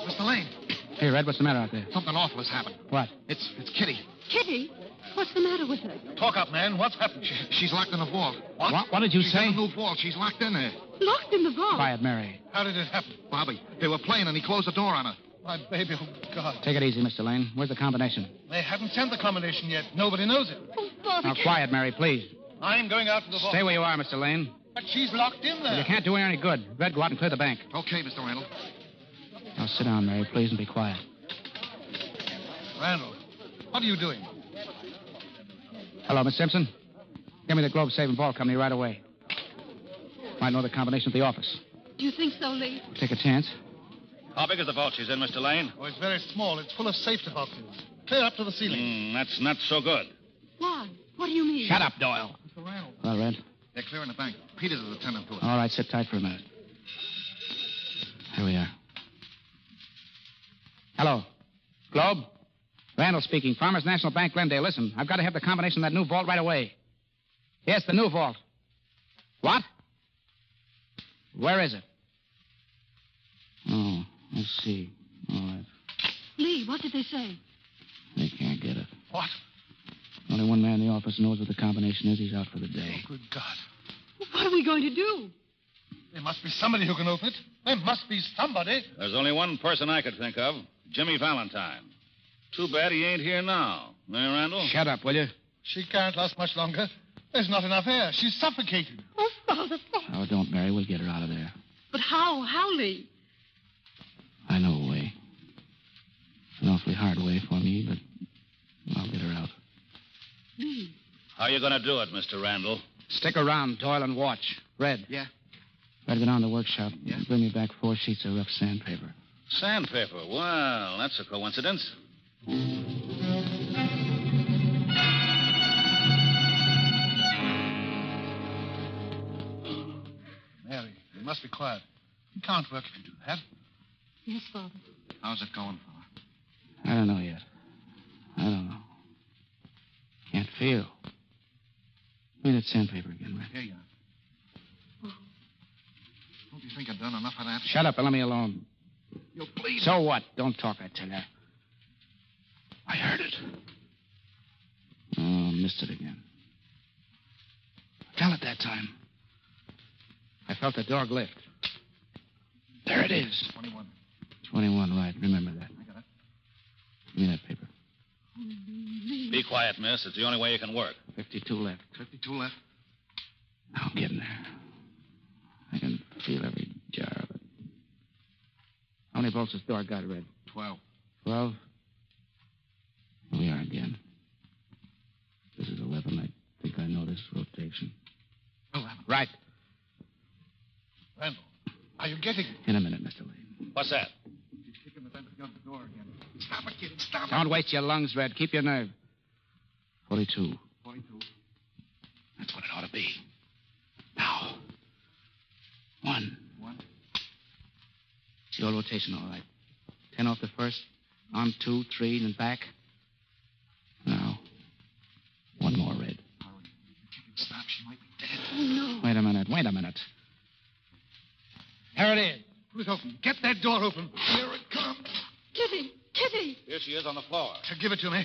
Mr. Lane.
Hey, Red, what's the matter out there?
Something awful has happened.
What?
It's it's Kitty.
Kitty, what's the matter with her?
Talk up, man. What's happened? she's locked in a vault. What?
What, what did you say?
new vault. She's locked in there.
Locked in the vault.
Quiet, Mary.
How did it happen?
Bobby, they were playing and he closed the door on her.
My baby. Oh, God.
Take it easy, Mr. Lane. Where's the combination?
They haven't sent the combination yet. Nobody knows it.
Now, quiet, Mary, please.
I'm going out to the vault.
Stay where you are, Mr. Lane.
But she's locked in there.
You can't do her any good. Red, go out and clear the bank.
Okay, Mr. Randall.
Now, sit down, Mary, please, and be quiet.
Randall, what are you doing?
Hello, Miss Simpson. Give me the Globe Saving Vault Company right away. Might know the combination at the office.
Do you think so, Lee?
Take a chance.
How big is the vault she's in, Mr. Lane?
Oh, it's very small. It's full of safety boxes. Clear up to the ceiling.
Mm, that's not so good.
Why? What do you mean?
Shut up, Doyle.
Mr. Randall.
Well, Red.
They're clearing the bank. Peters is attending to Oh. it.
All right, sit tight for a minute. Here we are. Hello. Globe? Randall speaking. Farmers National Bank, Glendale. Listen, I've got to have the combination of that new vault right away. Yes, the new vault. What? Where is it? Oh, let's see. All right.
Lee, what did they say?
They can't get it.
What?
Only one man in the office knows what the combination is. He's out for the day.
Oh, Good God.
What are we going to do?
There must be somebody who can open it. There must be somebody.
There's only one person I could think of Jimmy Valentine. Too bad he ain't here now. Eh, Randall?
Shut up, will you?
She can't last much longer. There's not enough air. She's suffocated.
Oh, Father,
Oh, don't, Mary. We'll get her out of there.
But how? How, Lee?
I know a way. It's an awfully hard way for me, but I'll get her out.
Lee.
How you going to do it, Mr. Randall?
Stick around, Doyle, and watch. Red.
Yeah.
Red, go down to the workshop. Yeah. Bring me back four sheets of rough sandpaper.
Sandpaper. Well, that's a coincidence.
Mary, you must be quiet. You can't work if you do that.
Yes, Father.
How's it going, fella?
I don't know yet. I don't know. Can't feel. Give me that sandpaper again, Red.
Here you are. Don't you think I've done enough of that?
Shut up and let me alone.
You please.
So what? Don't talk, I tell you. I heard it. Oh, missed it again. Tell it that time. I felt the dog lift. There it is.
21,
21, right. Remember that. Give me that paper.
Be quiet, miss. It's the only way you can work.
52 left.
52 left.
I'm getting there. I can feel every jar of it. How many bolts has door got, Red?
12.
Twelve. Here we are again. This is eleven. I think I know this rotation.
Right.
Oh, Randall, are you getting
In a minute, Mr. Lee.
What's that?
Stop it, kid. Stop
Don't waste your lungs, Red. Keep your nerve.
Forty-two.
42.
That's what it ought to be. Now. One.
One.
It's your rotation, all right. Ten off the first. Arm two, three, and back. Now. One more, Red.
Stop. She might be dead.
Oh, no. Wait a minute. Wait a minute.
Here it is. Pull it open. Get that door open. Here it comes.
Kitty, Kitty.
Here she is on the floor.
Give it to me.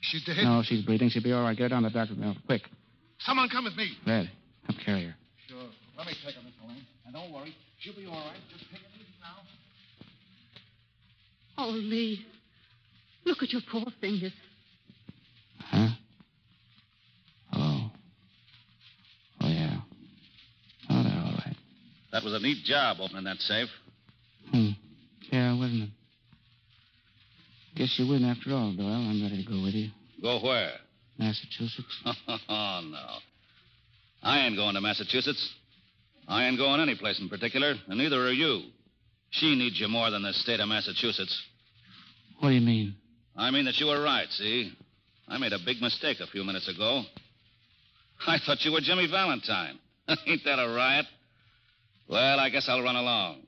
She's dead.
No, she's breathing. She'll be all right. Get her down to the doctor now. Quick.
Someone come with me.
Red. Help carry her.
Sure. Let me take her, Miss Lane. And don't worry. She'll be all right. Just take it easy now.
Oh, Lee. Look at your poor fingers.
Huh? Hello. Oh, yeah. Oh, they're all right.
That was a neat job opening that safe.
Hmm. Yeah, wasn't it? Guess you win after all, Doyle. I'm ready to go with you.
Go where? <laughs>
Massachusetts.
oh, no. I ain't going to Massachusetts. I ain't going any place in particular, and neither are you. She needs you more than the state of Massachusetts.
What do you mean?
I mean that you were right, see? I made a big mistake a few minutes ago. <laughs> I thought you were Jimmy Valentine. <laughs> Ain't that a riot? Well, I guess I'll run along.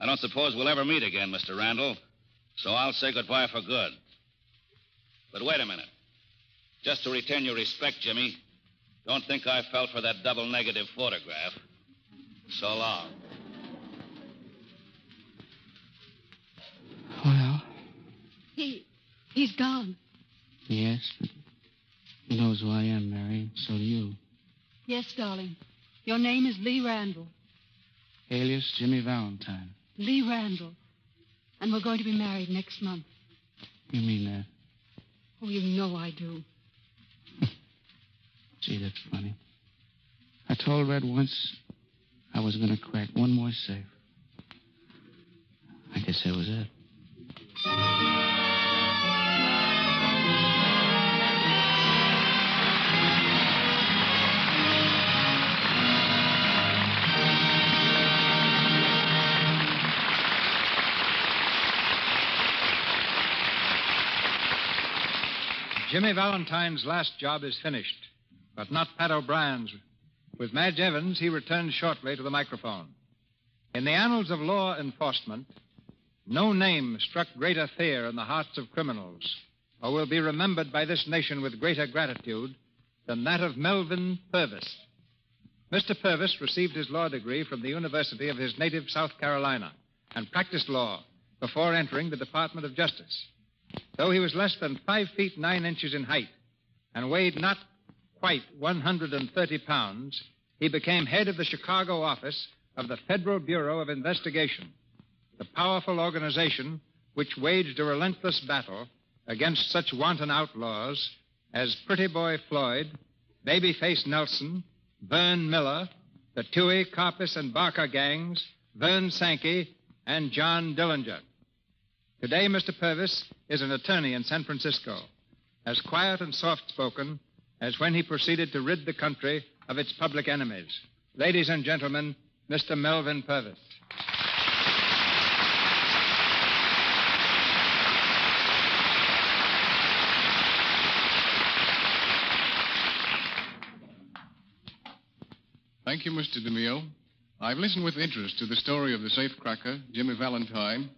I don't suppose we'll ever meet again, Mr. Randall, so I'll say goodbye for good. But wait a minute. Just to return your respect, Jimmy, don't think I fell for that double negative photograph. So long.
Oh,
Well,
He. He's gone.
yes. but He knows who I am, Mary. So do you.
Yes, darling. Your name is Lee Randall.
Alias Jimmy Valentine.
Lee Randall. And we're going to be married next month.
You mean that?
Oh, you know I do.
Gee, that's funny. I told Red once I was going to crack one more safe. I guess that was it.
Jimmy Valentine's last job is finished, but not Pat O'Brien's. With Madge Evans, he returns shortly to the microphone. In the annals of law enforcement, no name struck greater fear in the hearts of criminals, or will be remembered by this nation with greater gratitude than that of Melvin Purvis. Mr. Purvis received his law degree from the University of his native South Carolina and practiced law before entering the Department of Justice. Though he was less than five feet nine inches in height and weighed not quite 130 pounds, he became head of the Chicago office of the Federal Bureau of Investigation, the powerful organization which waged a relentless battle against such wanton outlaws as Pretty Boy Floyd, Babyface Nelson, Vern Miller, the Tui, Carpus, and Barker gangs, Vern Sankey, and John Dillinger. Today, Mr. Purvis is an attorney in San Francisco, as quiet and soft spoken as when he proceeded to rid the country of its public enemies. Ladies and gentlemen, Mr. Melvin Purvis.
Thank you, Mr. DeMille. I've listened with interest to the story of the safe cracker, Jimmy Valentine.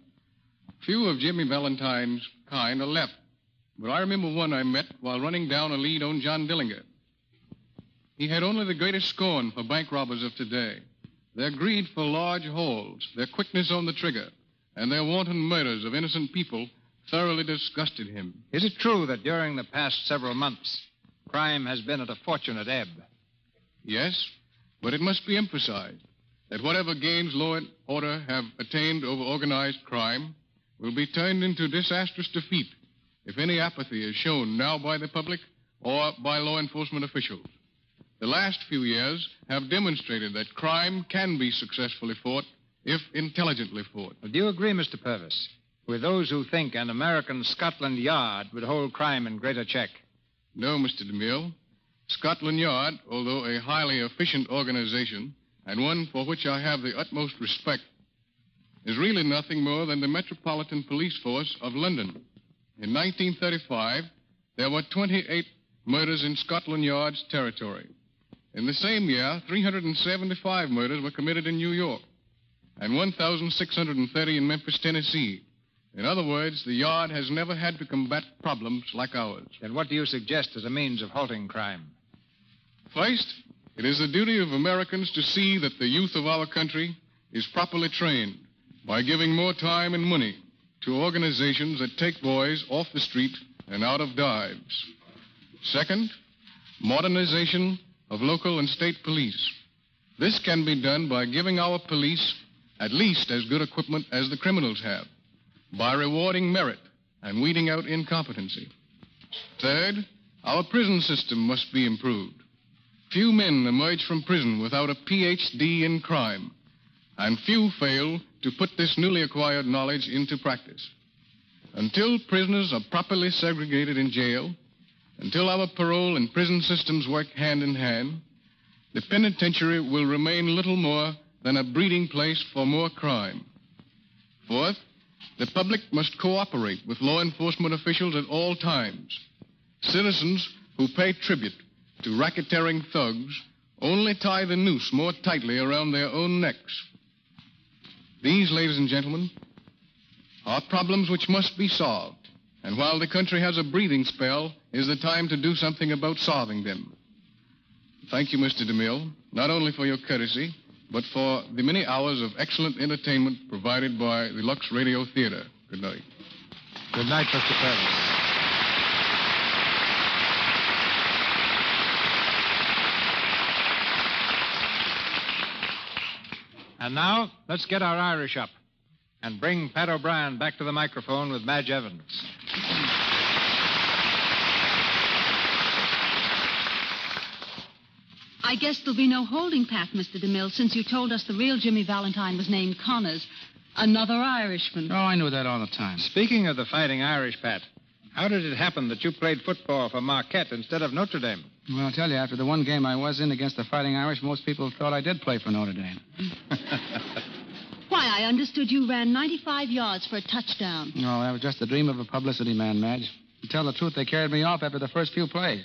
Few of Jimmy Valentine's kind are left, but I remember one I met while running down a lead on John Dillinger. He had only the greatest scorn for bank robbers of today their greed for large hauls, their quickness on the trigger, and their wanton murders of innocent people thoroughly disgusted him.
Is it true that during the past several months, crime has been at a fortunate ebb?
Yes, but it must be emphasized that whatever gains law and order have attained over organized crime will be turned into disastrous defeat if any apathy is shown now by the public or by law enforcement officials. The last few years have demonstrated that crime can be successfully fought if intelligently fought.
Do you agree, Mr. Purvis, with those who think an American Scotland Yard would hold crime in greater check?
No, Mr. DeMille. Scotland Yard, although a highly efficient organization, and one for which I have the utmost respect, is really nothing more than the Metropolitan Police Force of London. In 1935, there were 28 murders in Scotland Yard's territory. In the same year, 375 murders were committed in New York and 1,630 in Memphis, Tennessee. In other words, the Yard has never had to combat problems like ours.
Then what do you suggest as a means of halting crime?
First, it is the duty of Americans to see that the youth of our country is properly trained by giving more time and money to organizations that take boys off the street and out of dives. Second, modernization of local and state police. This can be done by giving our police at least as good equipment as the criminals have, by rewarding merit and weeding out incompetency. Third, our prison system must be improved. Few men emerge from prison without a PhD in crime, and few fail to put this newly acquired knowledge into practice. Until prisoners are properly segregated in jail, until our parole and prison systems work hand in hand, the penitentiary will remain little more than a breeding place for more crime. Fourth, the public must cooperate with law enforcement officials at all times. Citizens who pay tribute to racketeering thugs only tie the noose more tightly around their own necks. These, ladies and gentlemen, are problems which must be solved. And while the country has a breathing spell, is the time to do something about solving them. Thank you, Mr. DeMille, not only for your courtesy, but for the many hours of excellent entertainment provided by the Lux Radio Theater. Good night.
Good night, Mr. Purvis. And now, let's get our Irish up and bring Pat O'Brien back to the microphone with Madge Evans.
I guess there'll be no holding Pat, Mr. DeMille, since you told us the real Jimmy Valentine was named Connors. Another Irishman.
Oh, I know that all the time.
Speaking of the Fighting Irish, Pat, how did it happen that you played football for Marquette instead of Notre Dame?
Well, I'll tell you, after the one game I was in against the Fighting Irish, most people thought I did play for Notre Dame.
Why, I understood you ran 95 yards for a touchdown.
No, that was just the dream of a publicity man, Madge. To tell the truth, they carried me off after the first few plays.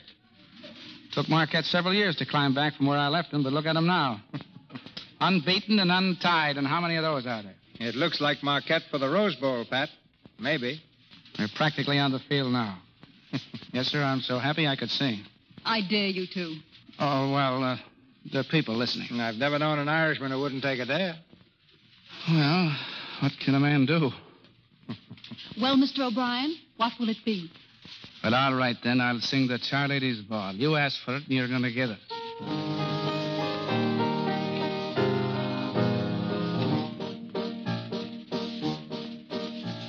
Took Marquette several years to climb back from where I left them, but look at them
<laughs>
now. Unbeaten and untied, and how many of those are there?
It looks like Marquette for the Rose Bowl, Pat. Maybe.
They're practically on the field
<laughs>
now. yes, sir, I'm so happy I could sing.
I dare you to.
Oh, well, uh, the people listening.
I've never known an Irishman who wouldn't take a dare.
Well, Oh, what can a man do?
Well, Mr. O'Brien, what will it be?
Well, all right, then. I'll sing the Char Lady's Ball. You asked for it, and you're going to get it.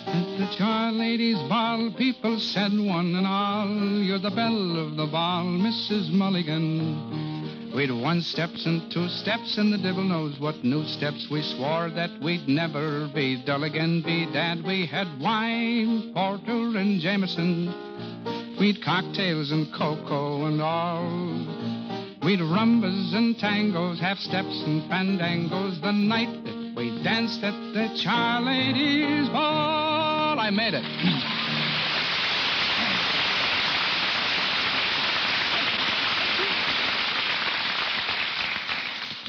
At the Char Ladies' Ball, people said one and all, You're the belle of the ball, Mrs. Mulligan. We'd one steps and two steps, and the devil knows what new steps. We swore that we'd never be dull again, be dad. We had wine, porter, and Jameson. We'd cocktails and cocoa and all. We'd rumbas and tangos, half steps and fandangos, the night that we danced at the Char Ladies' Ball. I made it.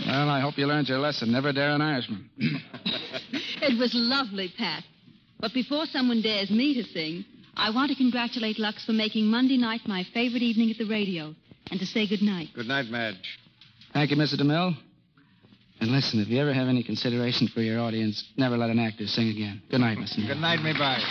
Well, I hope you learned your lesson. Never dare an Irishman.
It was lovely, Pat. But before someone dares me to sing, I want to congratulate Lux for making Monday night my favorite evening at the radio and to say good night.
Good night, Madge.
Thank you, Mr. DeMille. And listen, if you ever have any consideration for your audience, never let an actor sing again. Good night, Mr. DeMille.
Good night, me bye.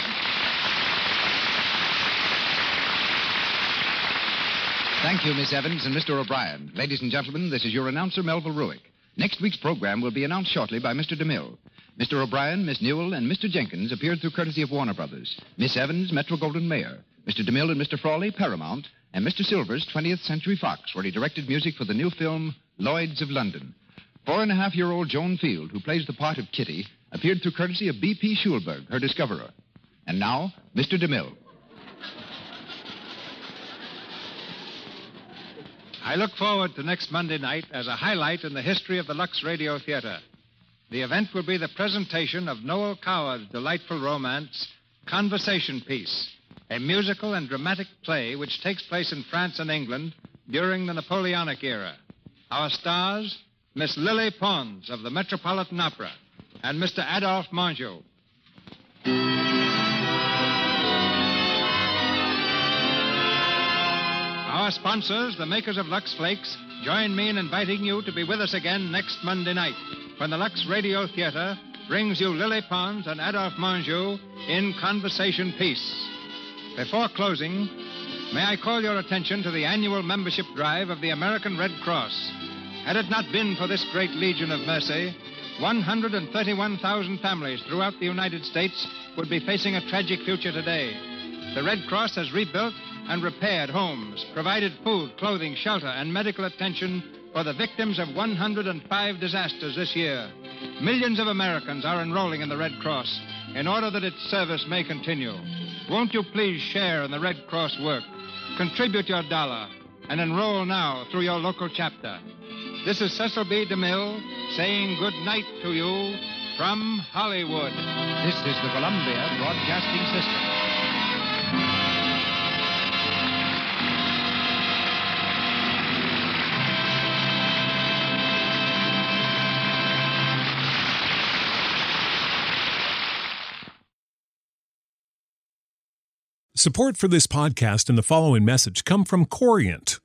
Thank you, Miss Evans and Mr. O'Brien. Ladies and gentlemen, this is your announcer, Melville Ruick. Next week's program will be announced shortly by Mr. DeMille. Mr. O'Brien, Miss Newell, and Mr. Jenkins appeared through courtesy of Warner Brothers. Miss Evans, Metro Goldwyn Mayer. Mr. DeMille and Mr. Frawley, Paramount. And Mr. Silvers, 20th Century Fox, where he directed music for the new film, Lloyds of London. Four and a half year old Joan Field, who plays the part of Kitty, appeared through courtesy of B.P. Schulberg, her discoverer. And now, Mr. DeMille.
I look forward to next Monday night as a highlight in the history of the Lux Radio Theater. The event will be the presentation of Noel Coward's delightful romance, Conversation Piece, a musical and dramatic play which takes place in France and England during the Napoleonic era. Our stars, Miss Lily Pons of the Metropolitan Opera and Mr. Adolphe Mongeau. Our sponsors, the makers of Lux Flakes, join me in inviting you to be with us again next Monday night when the Lux Radio Theater brings you Lily Pons and Adolphe Monjou in Conversation Piece. Before closing, may I call your attention to the annual membership drive of the American Red Cross. Had it not been for this great Legion of Mercy, 131,000 families throughout the United States would be facing a tragic future today. The Red Cross has rebuilt and repaired homes, provided food, clothing, shelter, and medical attention for the victims of 105 disasters this year. Millions of Americans are enrolling in the Red Cross in order that its service may continue. Won't you please share in the Red Cross work? Contribute your dollar and enroll now through your local chapter. This is Cecil B. DeMille saying good night to you from Hollywood. This is the Columbia Broadcasting System.
Support for this podcast and the following message come from Corient.